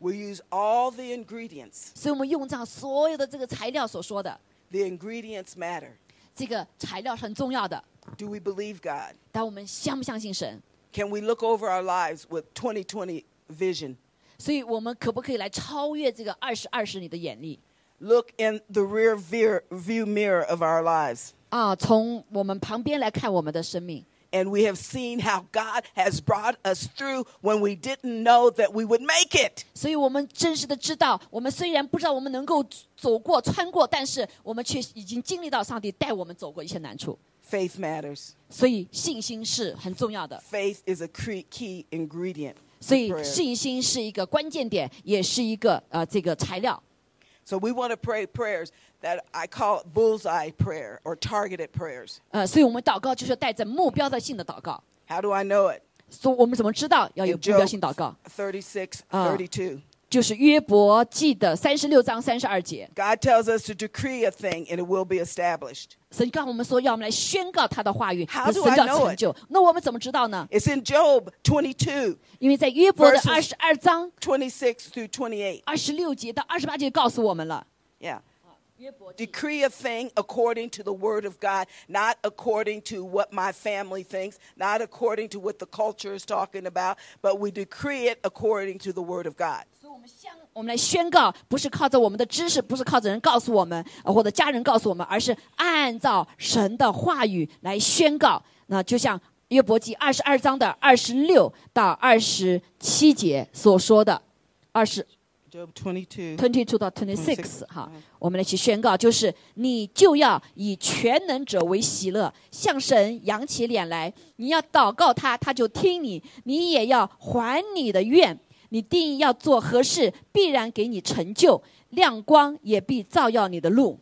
Speaker 2: We use all the ingredients.
Speaker 1: 所以我们用上所有的这个材料所说的，
Speaker 2: The ingredients matter.
Speaker 1: 这个材料是很重要的。
Speaker 2: Do we believe God?
Speaker 1: 但我们相不相信神？
Speaker 2: Can we look over our lives with 2020 vision?
Speaker 1: 所以我们可不可以来超越这个二十二十你的眼力
Speaker 2: Look in the rear veer- view mirror of our lives.
Speaker 1: 啊？从我们旁边来看我们的生命。
Speaker 2: And we have seen how God has brought us through when we didn't know that we would make it.
Speaker 1: 所以我们真实的知道，我们虽然不知道我们能够走过、穿过，但是我们却已经经历到上帝带我们走过一些难处。
Speaker 2: Faith matters.
Speaker 1: 所以信心是很重要的，
Speaker 2: Faith is a cre- key ingredient. to
Speaker 1: 所以
Speaker 2: prayer.
Speaker 1: 信心是一个关键点，也是一个呃这个材料。
Speaker 2: So we want to pray prayers that I call bullseye prayer or targeted prayers.
Speaker 1: 呃，所以我们祷告就是带着目标的性的祷告。
Speaker 2: How do I know it?
Speaker 1: 所以我们怎么知道要有
Speaker 2: In
Speaker 1: 目标性祷告？
Speaker 2: 36,
Speaker 1: Ah.
Speaker 2: 32.
Speaker 1: 就是约伯记的三十六章三十二节，
Speaker 2: God tells us to decree a thing and it will be established.
Speaker 1: 神告诉我们说，要我们来宣告他的话语，
Speaker 2: How do
Speaker 1: 神
Speaker 2: I
Speaker 1: 要
Speaker 2: know
Speaker 1: 成
Speaker 2: it？
Speaker 1: 就。那我们怎么知道呢？
Speaker 2: It's in Job 22,
Speaker 1: 因为在约伯的
Speaker 2: Verses-
Speaker 1: 二十二章
Speaker 2: 26 through 28.
Speaker 1: 二十六节到二十八节告诉我们了。
Speaker 2: Yeah.
Speaker 1: 约伯记
Speaker 2: Decree a thing according to the word of God, not according to what my family thinks, not according to what the culture is talking about, but we decree it according to the word of God.
Speaker 1: 所以我们相，我们来宣告，不是靠着我们的知识，不是靠着人告诉我们，呃或者家人告诉我们，而是按照神的话语来宣告。那就像约伯记二十二章的二十六到二十七节所说的，二十
Speaker 2: Job 22.
Speaker 1: twenty two 到 twenty six
Speaker 2: six，嗯
Speaker 1: 哈，我们来去宣告，就是你就要以全能者为喜乐，向神扬起脸来，你要祷告他，他就听你，你也要还你的愿，你定要做何事，必然给你成就，亮光也必照耀你的路。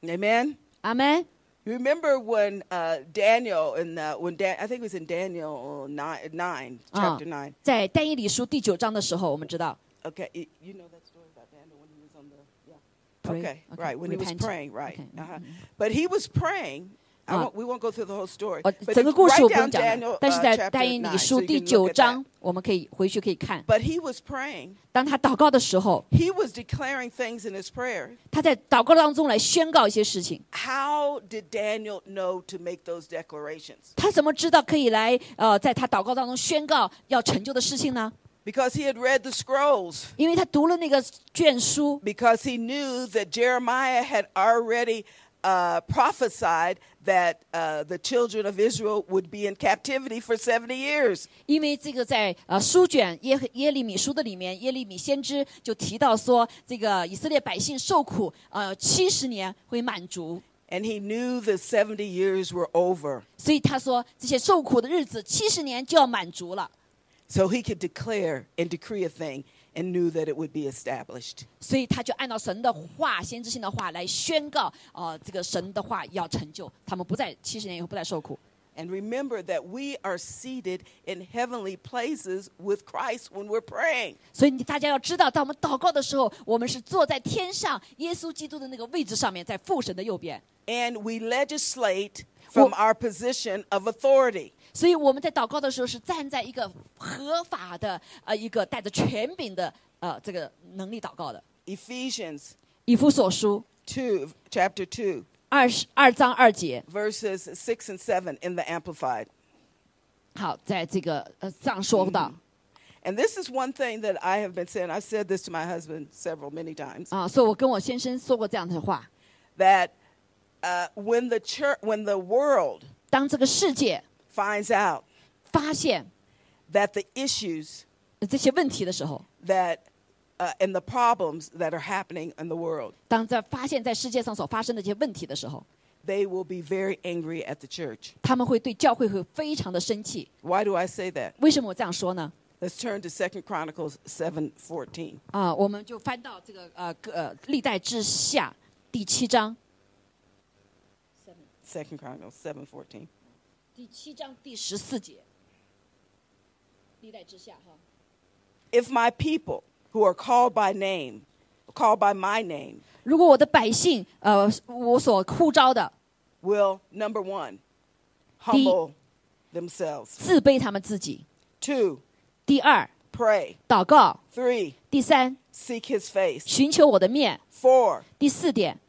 Speaker 2: Amen.
Speaker 1: 阿门。
Speaker 2: Remember when uh, Daniel and uh, when Dan- I think it was in Daniel nine, nine
Speaker 1: Uh-huh.
Speaker 2: chapter nine.
Speaker 1: 啊在但以理书第九章的时候，我们知道
Speaker 2: Okay, y- you know that story about Daniel when he was on the yeah.
Speaker 1: Pray.
Speaker 2: Okay,
Speaker 1: Okay,
Speaker 2: right when he
Speaker 1: repent.
Speaker 2: was praying, right?
Speaker 1: Okay, mm-hmm.
Speaker 2: Uh-huh. But he was praying. I
Speaker 1: Ah. Oh,
Speaker 2: won't, we won't go through the whole story.
Speaker 1: 呃，
Speaker 2: but
Speaker 1: 整个故
Speaker 2: write
Speaker 1: 事我不
Speaker 2: down
Speaker 1: 用讲了
Speaker 2: Daniel,，
Speaker 1: 但是
Speaker 2: uh,
Speaker 1: 在
Speaker 2: chapter
Speaker 1: 但以理
Speaker 2: 9,
Speaker 1: 书
Speaker 2: so you
Speaker 1: 第
Speaker 2: can look
Speaker 1: 九
Speaker 2: at
Speaker 1: 章
Speaker 2: that.，
Speaker 1: 我们可以回去可以看，
Speaker 2: But he was praying.
Speaker 1: 当他祷告的时候，
Speaker 2: He was declaring things in his prayer.
Speaker 1: 他在祷告当中来宣告一些事情。
Speaker 2: How did Daniel know to make those declarations?
Speaker 1: 他怎么知道可以来呃，在他祷告当中宣告要成就的事情呢？
Speaker 2: Because he had read the scrolls.
Speaker 1: 因为他读了那个卷书，
Speaker 2: because he knew that Jeremiah had already uh, prophesied that uh, the children of Israel would be in captivity for 70 years.
Speaker 1: 因为这个在呃书卷耶耶利米书的里面，耶利米先知就提到说，这个以色列百姓受苦呃七十年会满足，
Speaker 2: And he knew the 70 years were over.
Speaker 1: 所以他说这些受苦的日子七十年就要满足了，
Speaker 2: So he could declare and decree a thing, and knew that it would be established.
Speaker 1: 所以他就按照神的话、先知性的话来宣告，呃，这个神的话要成就，他们不再七十年以后不再受苦。
Speaker 2: And remember that we are seated in heavenly places with Christ when we're praying.
Speaker 1: 所以你大家要知道，当我们祷告的时候，我们是坐在天上耶稣基督的那个位置上面，在父神的右边。
Speaker 2: And we legislate from
Speaker 1: Well-
Speaker 2: our position of authority.
Speaker 1: 所以我们在祷告的时候是站在一个合法的呃一个带着权柄的呃这个能力祷告的。
Speaker 2: Ephesians
Speaker 1: 以弗所书
Speaker 2: 2, chapter 2,
Speaker 1: 二十二章二节，
Speaker 2: verses 6 and 7 in the Amplified.
Speaker 1: 好，在这个呃上说到。
Speaker 2: And this is one thing that I have been saying. I've said this to my husband several, many times.
Speaker 1: 啊，所以我跟我先生说过这样的话：
Speaker 2: that uh, when the church, when the world
Speaker 1: 当这个世界
Speaker 2: finds out
Speaker 1: 发现
Speaker 2: that the issues
Speaker 1: 呃这些问题的时候，
Speaker 2: that uh, and the problems that are happening in the world,
Speaker 1: 当在发现在世界上所发生的这些问题的时候，
Speaker 2: they will be very angry at the church.
Speaker 1: 他们会对教会会非常的生气。
Speaker 2: Why do I say that?
Speaker 1: 为什么我这样说呢？
Speaker 2: Let's turn to Second Chronicles seven fourteen.
Speaker 1: 啊，我们就翻到这个呃个呃历代之下第七章，
Speaker 2: Second Chronicles seven fourteen.
Speaker 1: 第七章第十四节，历代之下哈。
Speaker 2: If my people who are called by name, called by my name,
Speaker 1: 如果我的百姓，呃，我所呼召的，
Speaker 2: will number one humble themselves,
Speaker 1: 自卑他们自己；
Speaker 2: two
Speaker 1: 第二，
Speaker 2: pray,
Speaker 1: 祷告；
Speaker 2: three
Speaker 1: 第三，
Speaker 2: seek His face.
Speaker 1: 寻求我的面；
Speaker 2: Four,
Speaker 1: 第四点，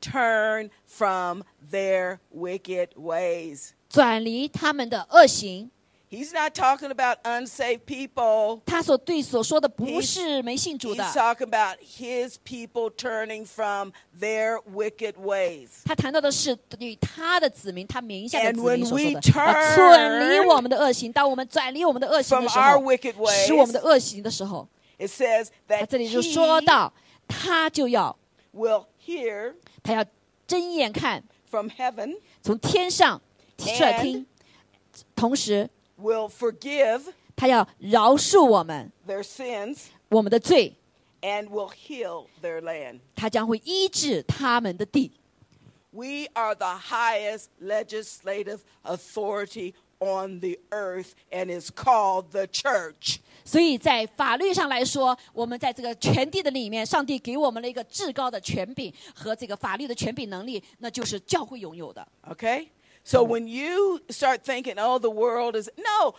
Speaker 2: turn from their wicked ways.
Speaker 1: 转离他们的恶行。
Speaker 2: He's not talking about unsaved people.
Speaker 1: 他所对所说的不
Speaker 2: He's-
Speaker 1: 是没信主
Speaker 2: He's
Speaker 1: 的，
Speaker 2: talking about his people turning from their wicked ways.
Speaker 1: 他谈到的是对他的子民，他名下的
Speaker 2: And
Speaker 1: 子民所
Speaker 2: when
Speaker 1: 说
Speaker 2: we
Speaker 1: 的，啊
Speaker 2: turn
Speaker 1: 转离我们的恶行。当我们转离我们的恶行
Speaker 2: from
Speaker 1: 的时
Speaker 2: our
Speaker 1: 候
Speaker 2: wicked，ways
Speaker 1: 使我们的恶行的时候，
Speaker 2: It says
Speaker 1: 他
Speaker 2: that
Speaker 1: 这里就说
Speaker 2: he
Speaker 1: 到，他就要
Speaker 2: will hear
Speaker 1: 他要睁眼看，
Speaker 2: from heaven,
Speaker 1: 从天上率听，同时
Speaker 2: will forgive
Speaker 1: 他要饶恕我们
Speaker 2: their sins,
Speaker 1: 我们的罪，
Speaker 2: and will heal their land.
Speaker 1: 他将会医治他们的地。
Speaker 2: We are the highest legislative authority on the earth and is called the church.
Speaker 1: 所以在法律上来说，我们在这个全地的里面，上帝给我们了一个至高的权柄和这个法律的权柄能力，那就是教会拥有的。
Speaker 2: Okay? So when you start thinking, oh, the world is. No,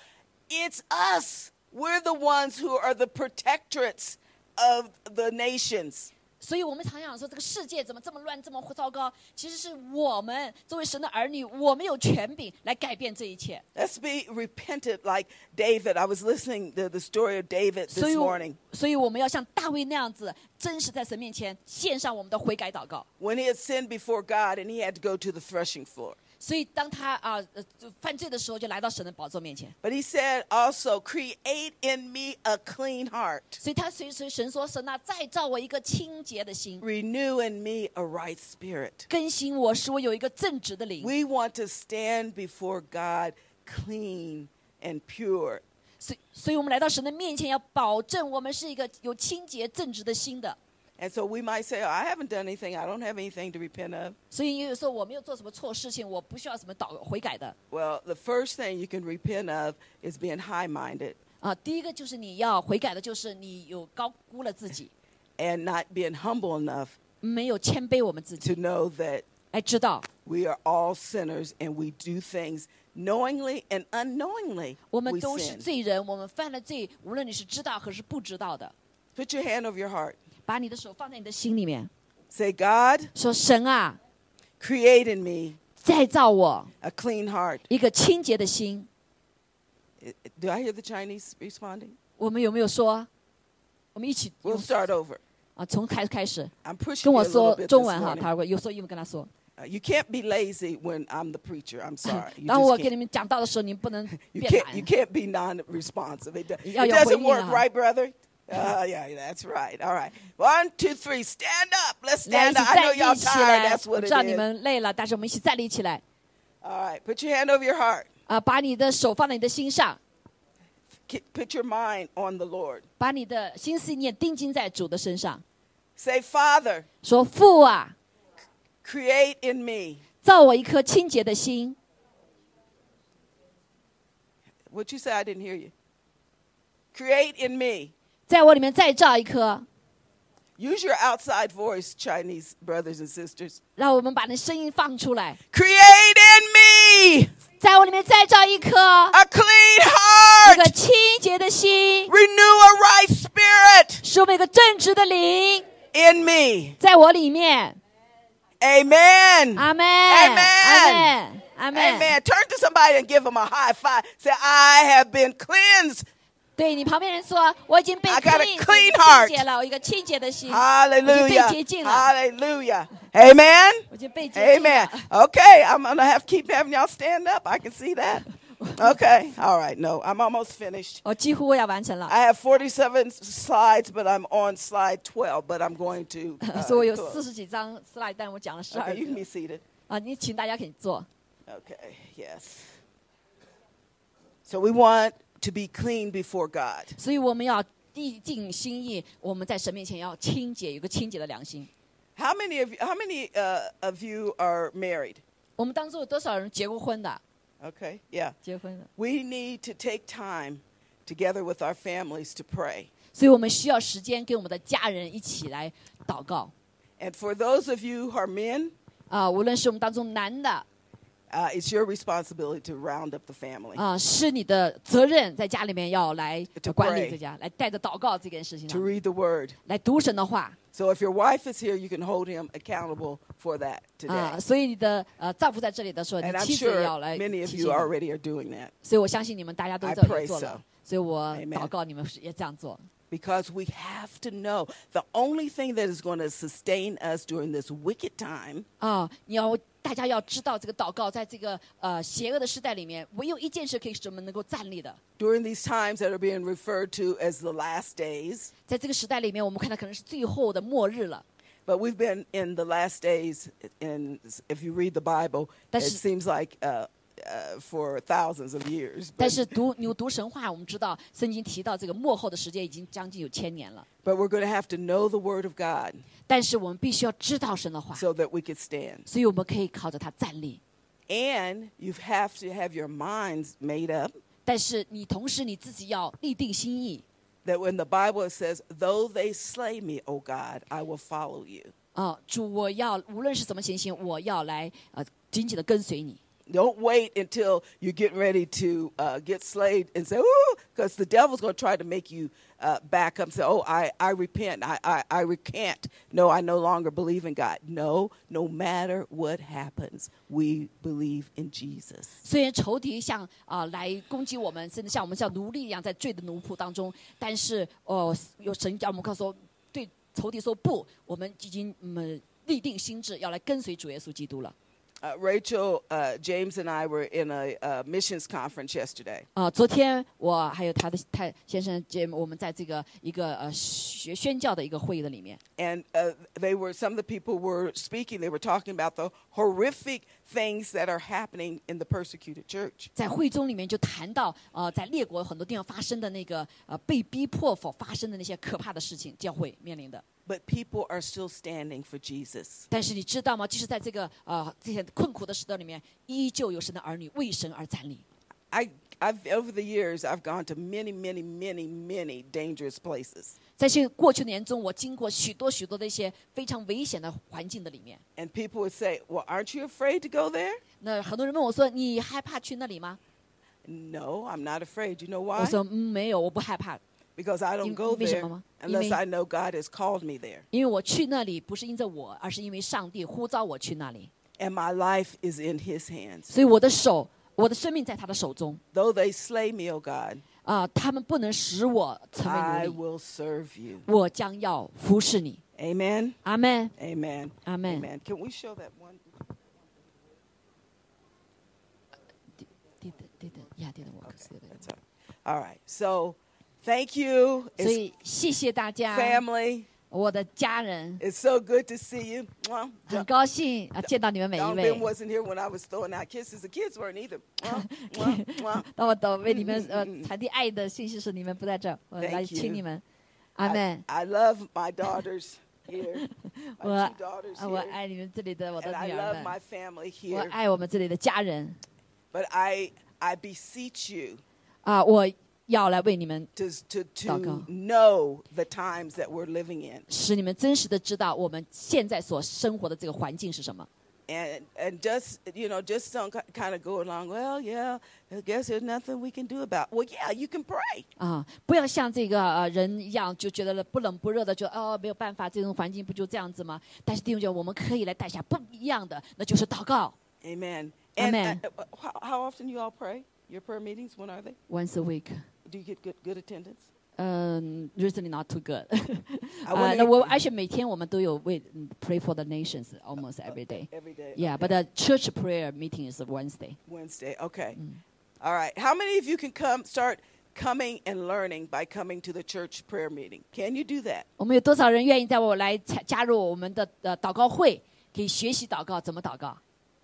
Speaker 2: it's us. We're the ones who are the protectorates of the nations.
Speaker 1: 所以我们常想说，这个世界怎么这么乱，这么糟糕？其实是我们作为神的儿女，我们有权柄来改变这一切。
Speaker 2: Let's be repentant like David. I was listening to the story of David
Speaker 1: 所
Speaker 2: this
Speaker 1: 以我
Speaker 2: morning.
Speaker 1: 所以我们要像大卫那样子，真实在神面前献上我们的悔改祷告。
Speaker 2: When he had sinned before God and he had to go to the threshing floor.
Speaker 1: 所以当他啊、呃就犯罪的时候，就来到神的宝座面前。
Speaker 2: But he said also, create in me a clean heart.
Speaker 1: 所以他随随神说：“神啊，再造我一个清洁的心，
Speaker 2: Renew in me a right spirit.
Speaker 1: 更新我，使我有一个正直的灵。
Speaker 2: We want to stand before God clean and pure. ”
Speaker 1: 所以，所以我们来到神的面前，要保证我们是一个有清洁正直的心的。
Speaker 2: And so we might say, oh, I haven't done anything. I don't have anything to repent of.
Speaker 1: 所以，也有时候我没有做什么错事情，我不需要什么祷悔改的
Speaker 2: Well, the first thing you can repent of is being high minded
Speaker 1: 啊。第一个就是你要悔改的，就是你有高估了自己，
Speaker 2: and not being humble enough
Speaker 1: 没有谦卑我们自己，
Speaker 2: to know that
Speaker 1: 来知道
Speaker 2: we are all sinners and we do things knowingly and unknowingly.
Speaker 1: 我们
Speaker 2: we
Speaker 1: 都是
Speaker 2: sin.
Speaker 1: 罪人，我们犯了罪，无论你是知道还是不知道的，
Speaker 2: Put your hand over your heart.
Speaker 1: 把你的手放在你的心里面，
Speaker 2: Say, God,
Speaker 1: 说：“神啊，
Speaker 2: create in me
Speaker 1: 再造我
Speaker 2: a clean heart.
Speaker 1: 一个清洁的心。
Speaker 2: Do I hear the Chinese responding? ”
Speaker 1: 我们有没有说？我们一起
Speaker 2: We'll
Speaker 1: 用
Speaker 2: start over.
Speaker 1: 啊，从开开始
Speaker 2: I'm pushing
Speaker 1: 跟
Speaker 2: you a
Speaker 1: 我
Speaker 2: little
Speaker 1: 说
Speaker 2: bit
Speaker 1: 中
Speaker 2: this
Speaker 1: 文哈，
Speaker 2: morning.
Speaker 1: 他我有时候英文跟他 说。
Speaker 2: Uh, You can't be lazy when I'm the preacher. I'm sorry. You,
Speaker 1: 当我
Speaker 2: just
Speaker 1: 给你
Speaker 2: can't.
Speaker 1: 们讲到的时候，你们不能
Speaker 2: you
Speaker 1: 变
Speaker 2: can't. You
Speaker 1: 懒。
Speaker 2: can't be non-responsive. It, do- it
Speaker 1: Yeah, yeah,
Speaker 2: doesn't
Speaker 1: wait,
Speaker 2: work,
Speaker 1: yeah.
Speaker 2: right, brother? Uh, yeah, that's right. All right. One, two, three. Stand up. Let's
Speaker 1: 来，
Speaker 2: stand
Speaker 1: 一起
Speaker 2: up. I know
Speaker 1: 站立
Speaker 2: y'all
Speaker 1: 起
Speaker 2: tired.
Speaker 1: 来
Speaker 2: That's！
Speaker 1: 我
Speaker 2: what
Speaker 1: 知
Speaker 2: it
Speaker 1: 道你
Speaker 2: is.
Speaker 1: 们累了，但是我们一起站立起来。啊
Speaker 2: All right. Put your hand over your heart.
Speaker 1: 啊，把你的手放在你的心上，
Speaker 2: Ki- Put your mind on the Lord.
Speaker 1: 把你的心思念定睛在主的身上，
Speaker 2: Say, Father,
Speaker 1: 说父啊，
Speaker 2: create in me.
Speaker 1: 造我一颗清洁的心。
Speaker 2: What you say? I didn't hear you. Create in me.
Speaker 1: 在我里面再造一颗，
Speaker 2: Use your outside voice, Chinese brothers and sisters.
Speaker 1: 让我们把那声音放出来。
Speaker 2: Create in me
Speaker 1: 在我里面再造一颗
Speaker 2: a clean
Speaker 1: 一个
Speaker 2: heart.
Speaker 1: 清洁的心，
Speaker 2: Renew a right spirit
Speaker 1: 使我们有一个正直的灵
Speaker 2: in me.
Speaker 1: 在我里面。
Speaker 2: Amen.
Speaker 1: 阿门，
Speaker 2: Amen
Speaker 1: 阿门，阿门。
Speaker 2: Amen. Turn to somebody and give them a high five. Say, I have been cleansed.
Speaker 1: 对你旁边人说，我已经被
Speaker 2: I got a
Speaker 1: clean
Speaker 2: clean
Speaker 1: 清洁了，我有一个清洁的心，已经
Speaker 2: Hallelujah.
Speaker 1: 被洁净了，
Speaker 2: Hallelujah. Amen.
Speaker 1: 我已经被洁净了。
Speaker 2: Amen. Okay, I'm gonna have to keep having y'all stand up. I can see that. Okay. All right. No, I'm almost finished.
Speaker 1: 我几乎要完成了，
Speaker 2: I have 47 slides, but I'm on slide 12. But I'm going to. uh,
Speaker 1: 所以我有
Speaker 2: close.
Speaker 1: 四十几张 slide，但我讲了十二
Speaker 2: Okay, you can
Speaker 1: 个
Speaker 2: be seated.
Speaker 1: 啊。你请大家可以坐。
Speaker 2: Okay. Yes. So we want to be clean before God.
Speaker 1: 所以我们要地尽心意，我们在神面前要清洁，有个清洁的良心。
Speaker 2: How many of you, how many uh, of you are married?
Speaker 1: 我们当中有多少人结过婚的？
Speaker 2: Okay. Yeah.
Speaker 1: 结婚的，
Speaker 2: We need to take time together with our families to pray.
Speaker 1: 所以我们需要时间跟我们的家人一起来祷告
Speaker 2: And for those of you who are men,
Speaker 1: 啊、无论是我们当中男的
Speaker 2: uh, it's your responsibility to round up the family,
Speaker 1: 啊、是你的责任，在家里面要来
Speaker 2: To
Speaker 1: 管理
Speaker 2: pray
Speaker 1: 这家，来带着祷告这件事情
Speaker 2: to
Speaker 1: 上，
Speaker 2: read the word.
Speaker 1: 来读神的话
Speaker 2: So if your wife is here, you can hold him accountable for that today.
Speaker 1: 啊、所以你的呃丈夫在这里的时候，你
Speaker 2: and I'm
Speaker 1: 妻子也
Speaker 2: sure
Speaker 1: 要来
Speaker 2: many
Speaker 1: 提
Speaker 2: of
Speaker 1: 醒
Speaker 2: you
Speaker 1: 你。
Speaker 2: already are doing that
Speaker 1: 所以我相信你们大家都
Speaker 2: I
Speaker 1: 这样
Speaker 2: pray
Speaker 1: 做
Speaker 2: so.
Speaker 1: 了，所以我
Speaker 2: Amen.
Speaker 1: 祷告你们是也这样做。
Speaker 2: because we have to know the only thing that is going to sustain us during this wicked time
Speaker 1: 啊，你要大家要知道，这个祷告在这个呃邪恶的时代里面，唯有一件事可以使我们能够站立的。
Speaker 2: during these times that are being referred to as the last days.
Speaker 1: 在这个时代里面，我们看到可能是最后的末日了。
Speaker 2: But we've been in the last days, and if you read the Bible, it
Speaker 1: 但是-
Speaker 2: seems like uh, uh, for thousands of years.
Speaker 1: 但
Speaker 2: But,
Speaker 1: 是读你有读神话，我们知道圣经提到这个幕后的时间已经将近有千年了。
Speaker 2: but we're going to have to know the Word of God
Speaker 1: 但是我们必须要知道神的话，
Speaker 2: so that we could stand.
Speaker 1: 所以我们可以靠着它站立。
Speaker 2: And you have to have your minds made up
Speaker 1: 但是你同时你自己要立定心意
Speaker 2: that when the Bible says, Though they slay me, O God, I will follow you.
Speaker 1: 啊，主，我要无论是怎么情形，我要来呃紧紧的跟随你。
Speaker 2: Don't wait until you're getting ready to uh, get slayed and say, "Ooh," because the devil's going to try to make you uh, back up. and Say, "Oh, I, I repent. I, I, I recant. No, I no longer believe in God." No, no matter what happens, we believe in Jesus.
Speaker 1: 虽然仇敌像啊、来攻击我们，甚至像我们像奴隶一样在罪的奴仆当中，但是哦，有神叫我们告诉我对仇敌说不，我们已经嗯立定心智要来跟随主耶稣基督了。
Speaker 2: Uh, Rachel, uh, James, and I were in a uh, missions conference yesterday,
Speaker 1: 啊、昨天我还有他的太先生节目，我们在这个一个呃学宣教的一个会议的里面，
Speaker 2: and uh, they were some of the people were speaking. They were talking about the horrific things that are happening in the persecuted church.
Speaker 1: 在会中里面就谈到呃在列国很多地方发生的那个呃被逼迫所发生的那些可怕的事情，教会面临的。
Speaker 2: But people are still standing for Jesus.
Speaker 1: 但是你知道吗？即使在这个呃这些困苦的时代里面，依旧有神的儿女为神而站立。
Speaker 2: I, I've over the years, I've gone to many, many, many, many dangerous places,
Speaker 1: 在这过去的年中，我经过许多许多的一些非常危险的环境的里面。
Speaker 2: and people would say, "Well, aren't you afraid to go there?"
Speaker 1: 那很多人问我说：“你害怕去那里吗
Speaker 2: No, I'm not afraid. You know？”
Speaker 1: 我
Speaker 2: why?
Speaker 1: 说：“嗯，没有，我不害怕，
Speaker 2: Because I don't go
Speaker 1: Maybe
Speaker 2: there
Speaker 1: some, Mama.
Speaker 2: unless
Speaker 1: Maybe.
Speaker 2: I know God has called me there,
Speaker 1: 因为我去那里不是因着我，而是因为上帝呼召我去那里。
Speaker 2: and my life is in His hands.
Speaker 1: 所以我的手，我的生命在他的手中
Speaker 2: Though they slay me, O God,
Speaker 1: 啊、他们不能使我成为
Speaker 2: I
Speaker 1: 奴隶，
Speaker 2: will serve you.
Speaker 1: 我将要服侍你。
Speaker 2: Amen.
Speaker 1: 阿门。
Speaker 2: Amen.
Speaker 1: Amen.
Speaker 2: Amen. Can we show that one?
Speaker 1: 对的，对的，呀，对的，我可是的。
Speaker 2: That's all. all right. So, thank you.
Speaker 1: 所
Speaker 2: It's
Speaker 1: 以谢谢大家。
Speaker 2: family.
Speaker 1: 我的家人，
Speaker 2: It's so good to see you. Mwah.
Speaker 1: 很高兴啊见到你们每一
Speaker 2: Don
Speaker 1: 位
Speaker 2: Ben。wasn't here when I was throwing out kisses. The kids weren't either. Mwah, mwah, mwah.
Speaker 1: 当我的为你们 呃传递爱的信息时，你们不在这儿，我
Speaker 2: Thank
Speaker 1: 来
Speaker 2: you
Speaker 1: 亲你们。阿
Speaker 2: I,
Speaker 1: 妹，
Speaker 2: I love my daughters here. My
Speaker 1: 我
Speaker 2: two daughters
Speaker 1: 啊我
Speaker 2: here.
Speaker 1: 爱你们这里的我的
Speaker 2: And I
Speaker 1: 女儿
Speaker 2: love my
Speaker 1: 们，
Speaker 2: family
Speaker 1: 我
Speaker 2: here.
Speaker 1: 爱我们这里的家人
Speaker 2: But I I beseech you
Speaker 1: 啊！我要来为你们，
Speaker 2: to to, to
Speaker 1: Dago.
Speaker 2: know the times that we're living in.
Speaker 1: 使你们真实的知道我们现在所生活的这个环境是什么。
Speaker 2: And and just you know, just some kind of go along, well, yeah, I guess there's nothing we can do about. Well, yeah, you can pray.
Speaker 1: 啊，不要像这个呃人一样，就觉得不冷不热的，就哦没有办法，这种环境不就这样子吗？但是弟兄姐妹，我们可以来带下不一样的，那就是祷告。
Speaker 2: Amen. And uh,
Speaker 1: Amen.
Speaker 2: uh, how, how often you all pray? Your prayer meetings? When are they?
Speaker 1: Once a week，
Speaker 2: Do you get good good attendance?
Speaker 1: 嗯、r e a s o n l y not too good。
Speaker 2: I
Speaker 1: 啊，
Speaker 2: wanna-
Speaker 1: 那我而且每天我们都有为嗯 pray for the nations almost every day。
Speaker 2: every day.
Speaker 1: Yeah, but the church prayer meeting is Wednesday.
Speaker 2: Wednesday. Okay.
Speaker 1: Mm.
Speaker 2: All right. How many of you can come start coming and learning by coming to the church prayer meeting? Can you do that?
Speaker 1: 我们有多少人愿意在我来加加入我们的呃祷告会，可以学习祷告怎么祷告？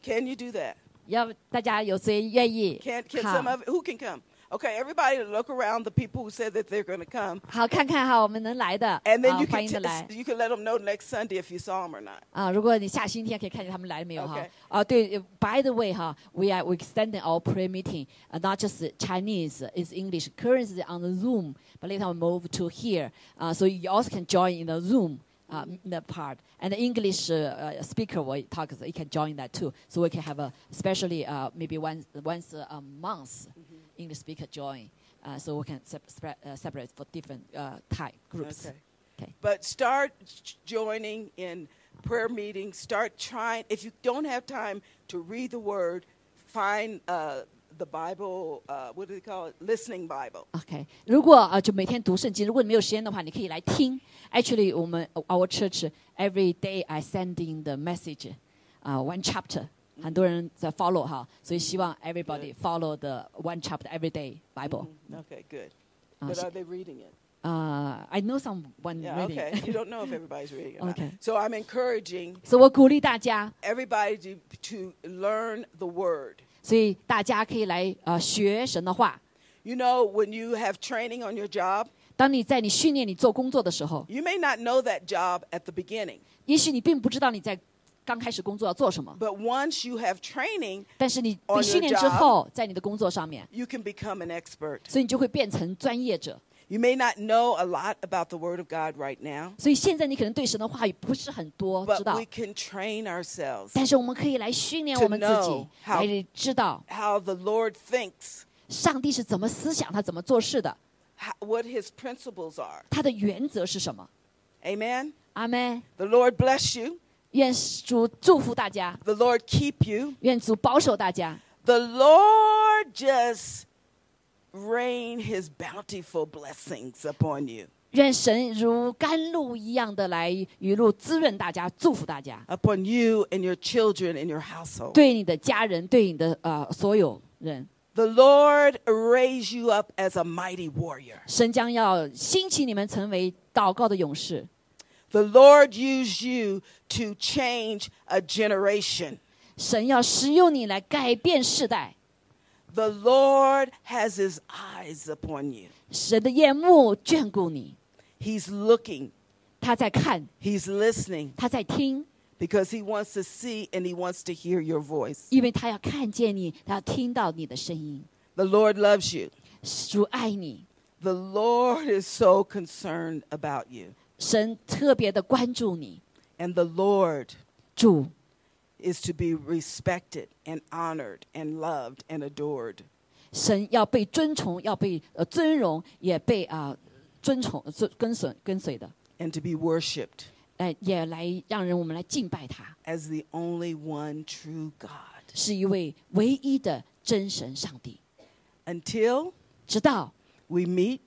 Speaker 2: Can you do that?
Speaker 1: 要不大家有谁愿意？
Speaker 2: Can can
Speaker 1: 好
Speaker 2: some of who can come? Okay, everybody look around the people who said that they're going to come.
Speaker 1: 好，看看哈，我们能来的，
Speaker 2: And then
Speaker 1: 啊
Speaker 2: you
Speaker 1: 欢
Speaker 2: can
Speaker 1: 迎的
Speaker 2: t-
Speaker 1: 来
Speaker 2: you can let them know next Sunday if you saw them or not.
Speaker 1: 啊！如果你下星期可以看见他们来了没有哈
Speaker 2: Okay.？
Speaker 1: 啊，对呃，By the way 哈，we are we extending our prayer meeting, uh, not just Chinese, uh, it's English. Currently on the Zoom, but later we move to here, uh, so you also can join in the Zoom. Uh, the part and the English uh, uh, speaker will talk. You can join that too, so we can have a especially uh, maybe once once a month
Speaker 2: Mm-hmm.
Speaker 1: English speaker join, uh, so we can sep- spread, uh, separate for different uh, type groups.
Speaker 2: Okay.
Speaker 1: Okay.
Speaker 2: But start j- joining in prayer meetings. Start trying. If you don't have time to read the Word, find uh, the Bible. Uh, what do they call it? Listening Bible.
Speaker 1: OK，如果啊，呃就每天读圣经，如果你没有时间的话，你可以来听。Actually，我们 our church every day I send in the message，啊、o n e chapter，很多人在 follow 哈，所以希望 everybody follow the one chapter every day Bible。
Speaker 2: Mm-hmm Okay, good.
Speaker 1: Ah,
Speaker 2: But
Speaker 1: she-
Speaker 2: are they reading it?
Speaker 1: 啊、i know someone
Speaker 2: Yeah, okay. You
Speaker 1: Mm, reading，
Speaker 2: don't know if everybody's reading it. or not.
Speaker 1: Okay.
Speaker 2: So I'm encouraging
Speaker 1: 所以我鼓励大家，
Speaker 2: everybody to, to learn the Word.
Speaker 1: 所以大家可以来呃学神的话。
Speaker 2: You know, when you have training on your job,
Speaker 1: 当你在你训练你做工作的时候，
Speaker 2: you may not know that job at the beginning,
Speaker 1: 也许你并不知道你在刚开始工作要做什么，
Speaker 2: but once you have training,
Speaker 1: 但是你
Speaker 2: On your
Speaker 1: 你训练之
Speaker 2: job.
Speaker 1: 后，在你的工作上面。
Speaker 2: you can become an expert.
Speaker 1: 所以你就会变成专业者。
Speaker 2: You may not know a lot about the Word of God right now,
Speaker 1: 所以现在你可能对神的话语不是很多知
Speaker 2: but
Speaker 1: 道
Speaker 2: we，can train ourselves
Speaker 1: 但是我们可以来训练
Speaker 2: to
Speaker 1: 我们自
Speaker 2: know
Speaker 1: 己，
Speaker 2: how-
Speaker 1: 来知道
Speaker 2: how the Lord thinks,
Speaker 1: 上帝是怎么思想，他怎么做事的，
Speaker 2: how, what His principles are.
Speaker 1: 他的原则是什么。
Speaker 2: Amen.
Speaker 1: 阿门。
Speaker 2: The Lord bless you.
Speaker 1: 愿主祝福大家，
Speaker 2: The Lord keep you.
Speaker 1: 愿主保守大家。
Speaker 2: The Lord just rain his bountiful blessings upon you,
Speaker 1: 愿神如甘露一样的来雨露滋润大家，祝福大家，
Speaker 2: upon you and your children and your household.
Speaker 1: 对你的家人，对你的呃所有人，
Speaker 2: The Lord raise you up as a mighty warrior.
Speaker 1: 神将要兴起你们成为祷告的勇士。
Speaker 2: The Lord use you to change a generation.
Speaker 1: 神要使用你来改变世代，
Speaker 2: The Lord has his eyes upon you.
Speaker 1: 神的眼目眷顾你，
Speaker 2: He's looking,
Speaker 1: 他在看，
Speaker 2: he's listening
Speaker 1: 他在听，
Speaker 2: because he wants to see and he wants to hear your voice.
Speaker 1: 因为他要看见你，他要听到你的声音。
Speaker 2: The Lord loves you.
Speaker 1: 主爱你，
Speaker 2: The Lord is so concerned about you,
Speaker 1: 神特别的关注你，
Speaker 2: and the Lord
Speaker 1: 主
Speaker 2: is to be respected and honored and loved and adored.
Speaker 1: 神要被尊崇，要被呃尊荣，也被啊、尊崇呃尊跟随跟随的，
Speaker 2: And to be worshiped
Speaker 1: 呃，也来让人我们来敬拜他，
Speaker 2: as the only one true God
Speaker 1: 是一位唯一的真神上帝。
Speaker 2: until
Speaker 1: 直到
Speaker 2: we meet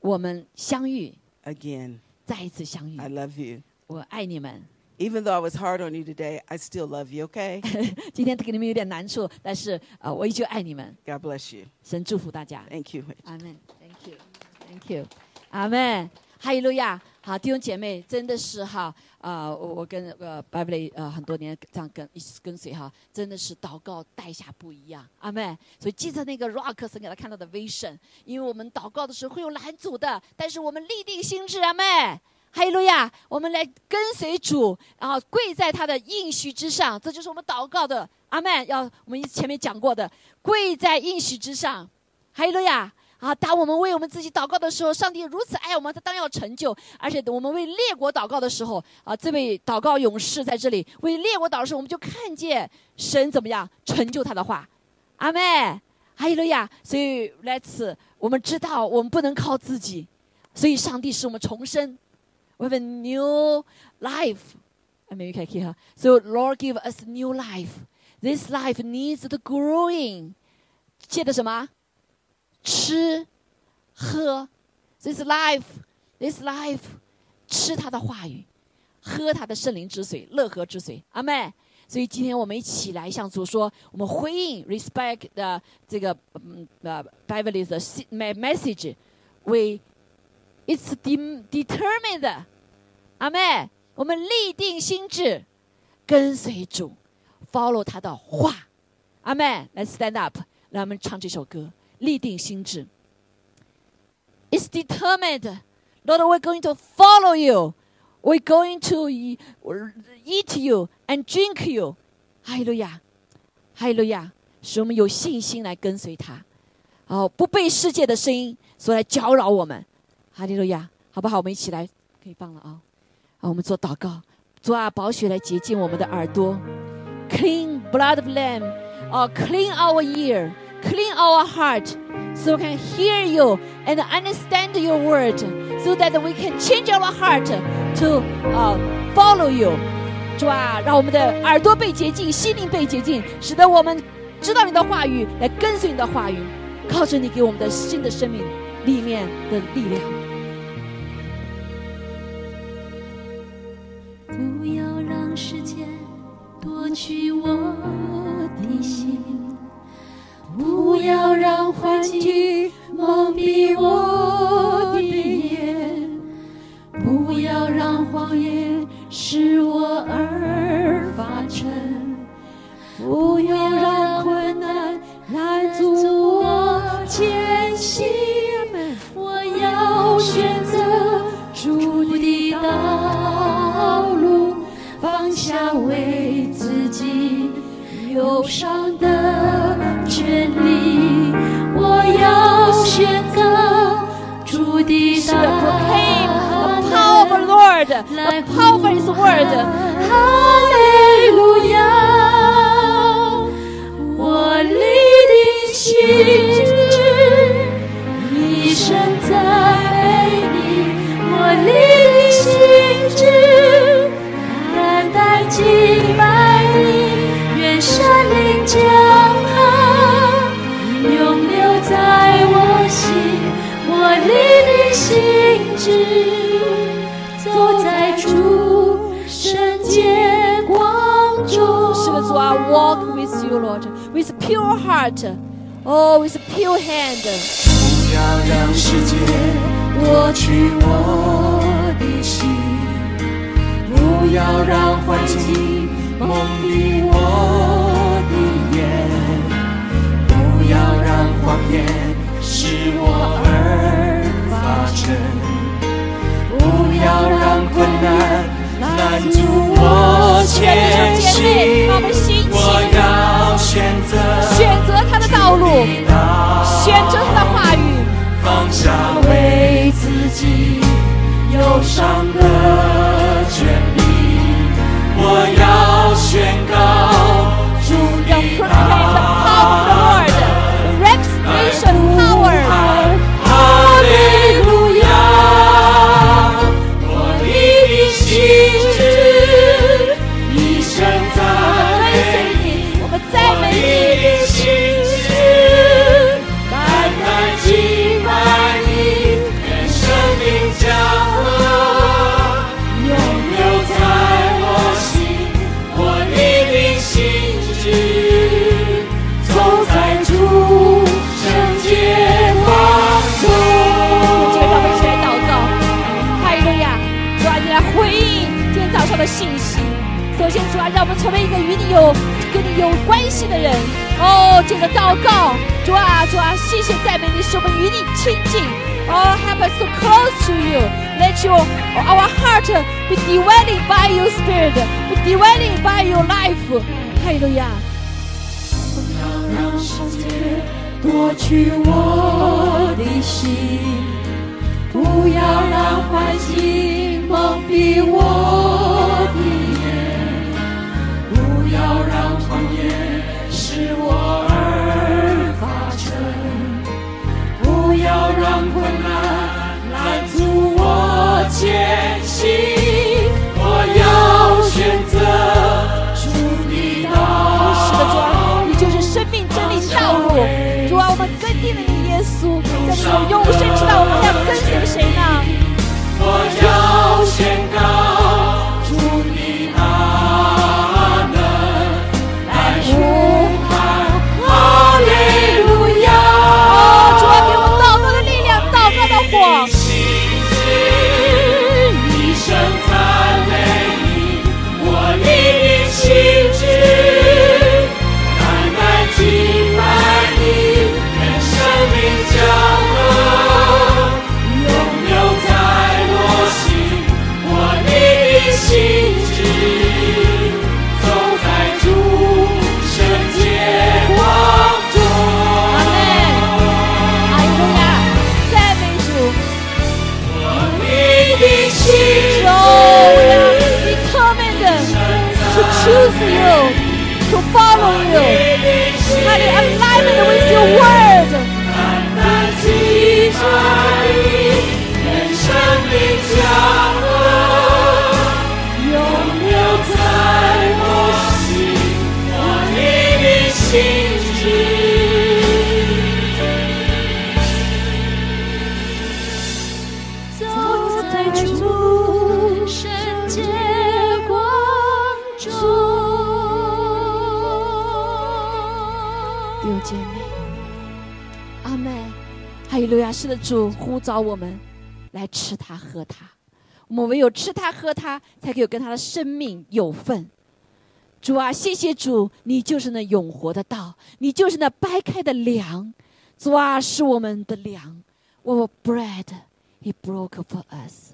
Speaker 1: 我们相遇，
Speaker 2: again.
Speaker 1: 再一次相遇
Speaker 2: I，love you.
Speaker 1: 我爱你们。
Speaker 2: Even though I was hard on you today, I still love you, okay?
Speaker 1: 今天给你们有点难处，但是啊、呃我依旧爱你们，
Speaker 2: God bless you.
Speaker 1: 神祝福大家。
Speaker 2: Thank you.
Speaker 1: 阿门，Thank you，Thank you，阿门，哈利路亚。好，弟兄姐妹，真的是哈啊、我我跟呃 b i b l 呃很多年这样跟一起跟随哈，真的是祷告代价不一样，阿妹。所以记着那个 Rock 神给他看到的 vision，因为我们祷告的时候会有拦阻的，但是我们立定心智，阿妹。哈利路亚！我们来跟随主，然后跪在他的应许之上，这就是我们祷告的。阿门！要我们前面讲过的，跪在应许之上，哈利路亚！啊，当我们为我们自己祷告的时候，上帝如此爱我们，他当然要成就。而且我们为列国祷告的时候，啊，这位祷告勇士在这里为列国祷告的时候，我们就看见神怎么样成就他的话。阿妹，哈利路亚！所以来此，我们知道我们不能靠自己，所以上帝使我们重生。We have a new life. I mean, you can hear. her. So Lord give us new life. This life needs the growing. 借的什么？吃，喝。This life, this life，吃他的话语，喝他的圣灵之水，乐呵之水。阿妹。所以今天我们一起来向主说，我们回应 respect 的这个嗯呃 Beverly 的 message。We It's de determined，阿妹，我们立定心智，跟随主，follow 他的话。阿妹，来 stand up，让我们唱这首歌，立定心智。It's determined, Lord, we're going to follow you. We're going to e- eat you and drink you. 哈利路亚，哈利路亚，使我们有信心来跟随他，哦，不被世界的声音所来搅扰我们。哈利路亚，好不好？我们一起来，可以放了啊！啊，我们做祷告，主啊，宝血来洁净我们的耳朵，clean blood of lamb，哦、c l e a n our ear，clean our heart，so we can hear you and understand your word，so that we can change our heart to 啊、follow you。主啊，让我们的耳朵被洁净，心灵被洁净，使得我们知道你的话语，来跟随你的话语，靠着你给我们的新的生命里面的力量。
Speaker 6: 不要让时间夺去我的心，不要让环境蒙蔽我的眼，不要让谎言使我耳发沉，不要让困难拦阻我前行。我要选择主的道路，放下为自己忧伤的权利。我要选择主的道
Speaker 1: proclaim the
Speaker 6: 路。
Speaker 1: power of the Lord, the
Speaker 6: Like
Speaker 1: power of His word.
Speaker 6: Hallelujah. 我立定心志，一生赞美你。我立定心志，单单敬拜你。愿神灵江河永留在我心。我立定心志，走在主圣洁光中。
Speaker 1: 是的，主啊，walk with you, Lord, with pure heart, oh, with pure hand.
Speaker 6: 不要让世界夺去我的心，不要让环境蒙蔽我的眼，不要让谎言使我耳发沉，不要让困难拦阻我前
Speaker 1: 弟兄姐妹
Speaker 6: 行
Speaker 1: 让我们兴起。
Speaker 6: 我要选择
Speaker 1: 选择他的道路，
Speaker 6: 道
Speaker 1: 选择他的话语，
Speaker 6: 放下为自己忧伤的权利，我要宣告主
Speaker 1: 要
Speaker 6: 的
Speaker 1: proclaim 啊哦啊谢谢赞美你，使我们与你亲近。Oh, help us to close to you. Let your our heart be dwelling by your spirit, be dwelling by your life. 哈利路亚。
Speaker 6: 让世界夺去我的心，不要让环境蒙蔽我的眼，不要让谎言使我耳发沉，不要让困难拦阻我前行，我要选择主的道。
Speaker 1: 是的，主啊，你就是生命真理道路。主啊，我们跟定了你耶稣，在你所用无生之道，我们要跟随谁呢？
Speaker 6: 我要宣告主的大能，来呼喊哈利路
Speaker 1: 哦，主啊，
Speaker 6: 亚！
Speaker 1: 给我们祷告的力量，祷告的火。
Speaker 6: 信心，一生赞美你，我立定心志，单单敬拜你，愿生命降落。永留在我心，我你的心志，走在主圣洁光中。
Speaker 1: 阿妹，阿利路亚，赞美主。
Speaker 6: 我你的心
Speaker 1: 主，我要
Speaker 6: 志，
Speaker 1: determined to choose you, to follow you. 哈利 alignment with your word.
Speaker 6: 单单敬拜你，愿生命降落，永留在我心，我你的心志。
Speaker 1: 走在主圣洁光中。弟兄姐妹，阿妹，还有路亚是的主呼召我们来吃它喝它，我们唯有吃它喝它，才可以跟它的生命有份。主啊，谢谢主，你就是那永活的道，你就是那掰开的粮。主啊，是我们的粮，our bread he broke for us。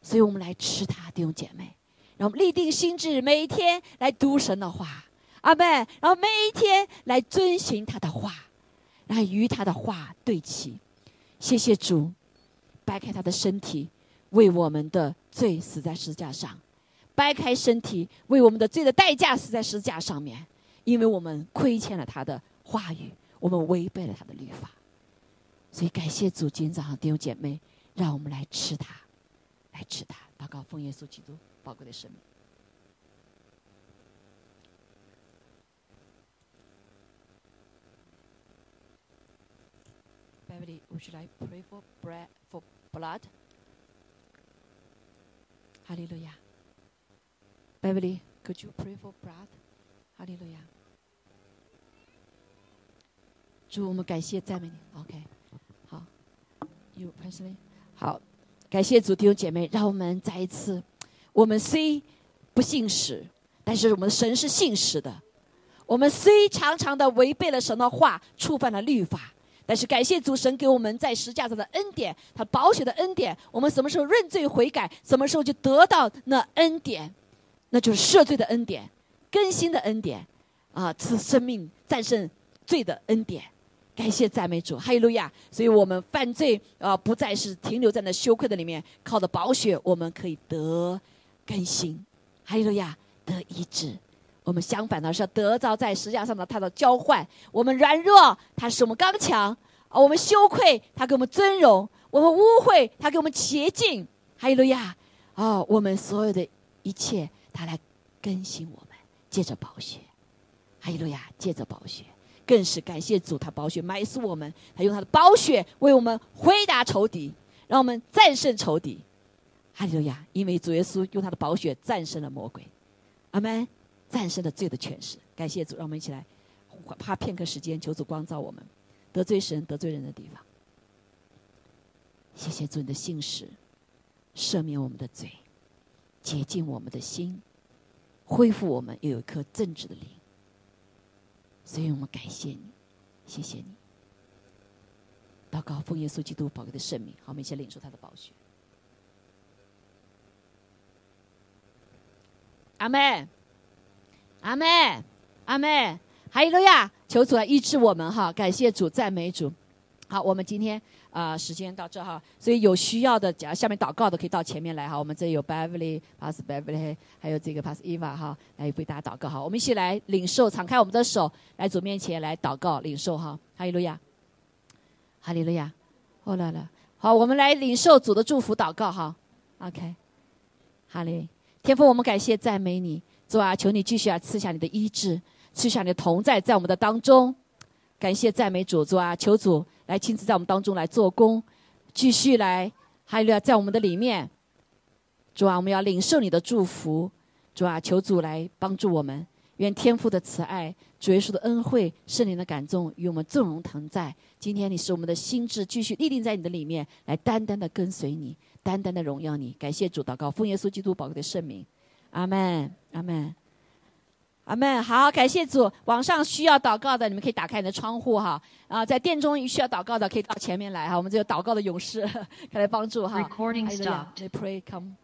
Speaker 1: 所以我们来吃它，弟兄姐妹，让我们立定心智，每一天来读神的话，阿妹，然后每一天来遵循他的话，然后与他的话对齐。谢谢主，掰开他的身体，为我们的罪死在十字架上。掰开身体，为我们的罪的代价死在十字架上面，因为我们亏欠了他的话语，我们违背了他的律法。所以感谢主，今天早上弟兄姐妹，让我们来吃它，来吃它。祷告，奉耶稣基督宝贵的生命。Beverly, would you like to pray for bread for blood? Hallelujah. Beverly, could you pray for blood? Hallelujah. 主，我们感谢赞美你。OK，好，You personally，好，感谢主弟兄姐妹，让我们再一次，我们虽不信实，但是我们神是信实的。我们虽常常的违背了神的话，触犯了律法，但是感谢主神给我们在十架上的恩典，他宝血的恩典。我们什么时候认罪悔改，什么时候就得到那恩典，那就是赦罪的恩典、更新的恩典，啊，赐生命战胜罪的恩典。感谢赞美主，哈利路亚！所以我们犯罪啊、呃不再是停留在那羞愧的里面，靠着宝血，我们可以得更新，哈利路亚，得医治。我们相反的是要得着在石架上的他的交换。我们软弱，他使我们刚强；啊，我们羞愧，他给我们尊荣；我们污秽，他给我们洁净。哈利路亚！哦，我们所有的一切，他来更新我们，借着宝血。哈利路亚！借着宝血，更是感谢主，他宝血埋死我们，他用他的宝血为我们回答仇敌，让我们战胜仇敌。哈利路亚！因为主耶稣用他的宝血战胜了魔鬼。阿门。战胜了罪的权势。感谢主，让我们一起来，花片刻时间，求主光照我们得罪神、得罪人的地方。谢谢主你的信实，赦免我们的罪，洁净我们的心，恢复我们又有一颗正直的灵。所以我们感谢你，谢谢你，告，奉耶稣基督宝贵的圣名，好，我们一起领受他的宝血。阿妹，阿妹，阿妹，哈利路亚！求主来医治我们哈，感谢主，赞美主。好，我们今天啊、呃时间到这哈，所以有需要的，假如下面祷告的可以到前面来哈。我们这里有 Beverly、Pass Beverly，还有这个 Pass Eva 哈，来为大家祷告哈。我们一起来领受，敞开我们的手，来主面前来祷告领受哈。哈利路亚，哈利路亚，哦来了，好，我们来领受主的祝福祷告哈。OK，哈利，天父，我们感谢赞美你，主啊，求你继续啊赐下你的医治，赐下你的同在在我们的当中。感谢赞美主，主啊，求主来亲自在我们当中来做工，继续来，哈利路亚，在我们的里面，主啊，我们要领受你的祝福，主啊，求主来帮助我们，愿天父的慈爱、主耶稣的恩惠、圣灵的感动与我们纵容同在。今天你使我们的心智继续立定在你的里面，来单单的跟随你，单单的荣耀你。感谢主，祷告，奉耶稣基督宝贵的圣名，阿门，阿门。阿门。好，感谢主。网上需要祷告的，你们可以打开你的窗户哈。啊，在殿中需要祷告的，可以到前面来哈。我们这有祷告的勇士，可以来帮助哈。
Speaker 7: Recording
Speaker 1: 哈利路亚
Speaker 7: stopped.
Speaker 1: May pray come.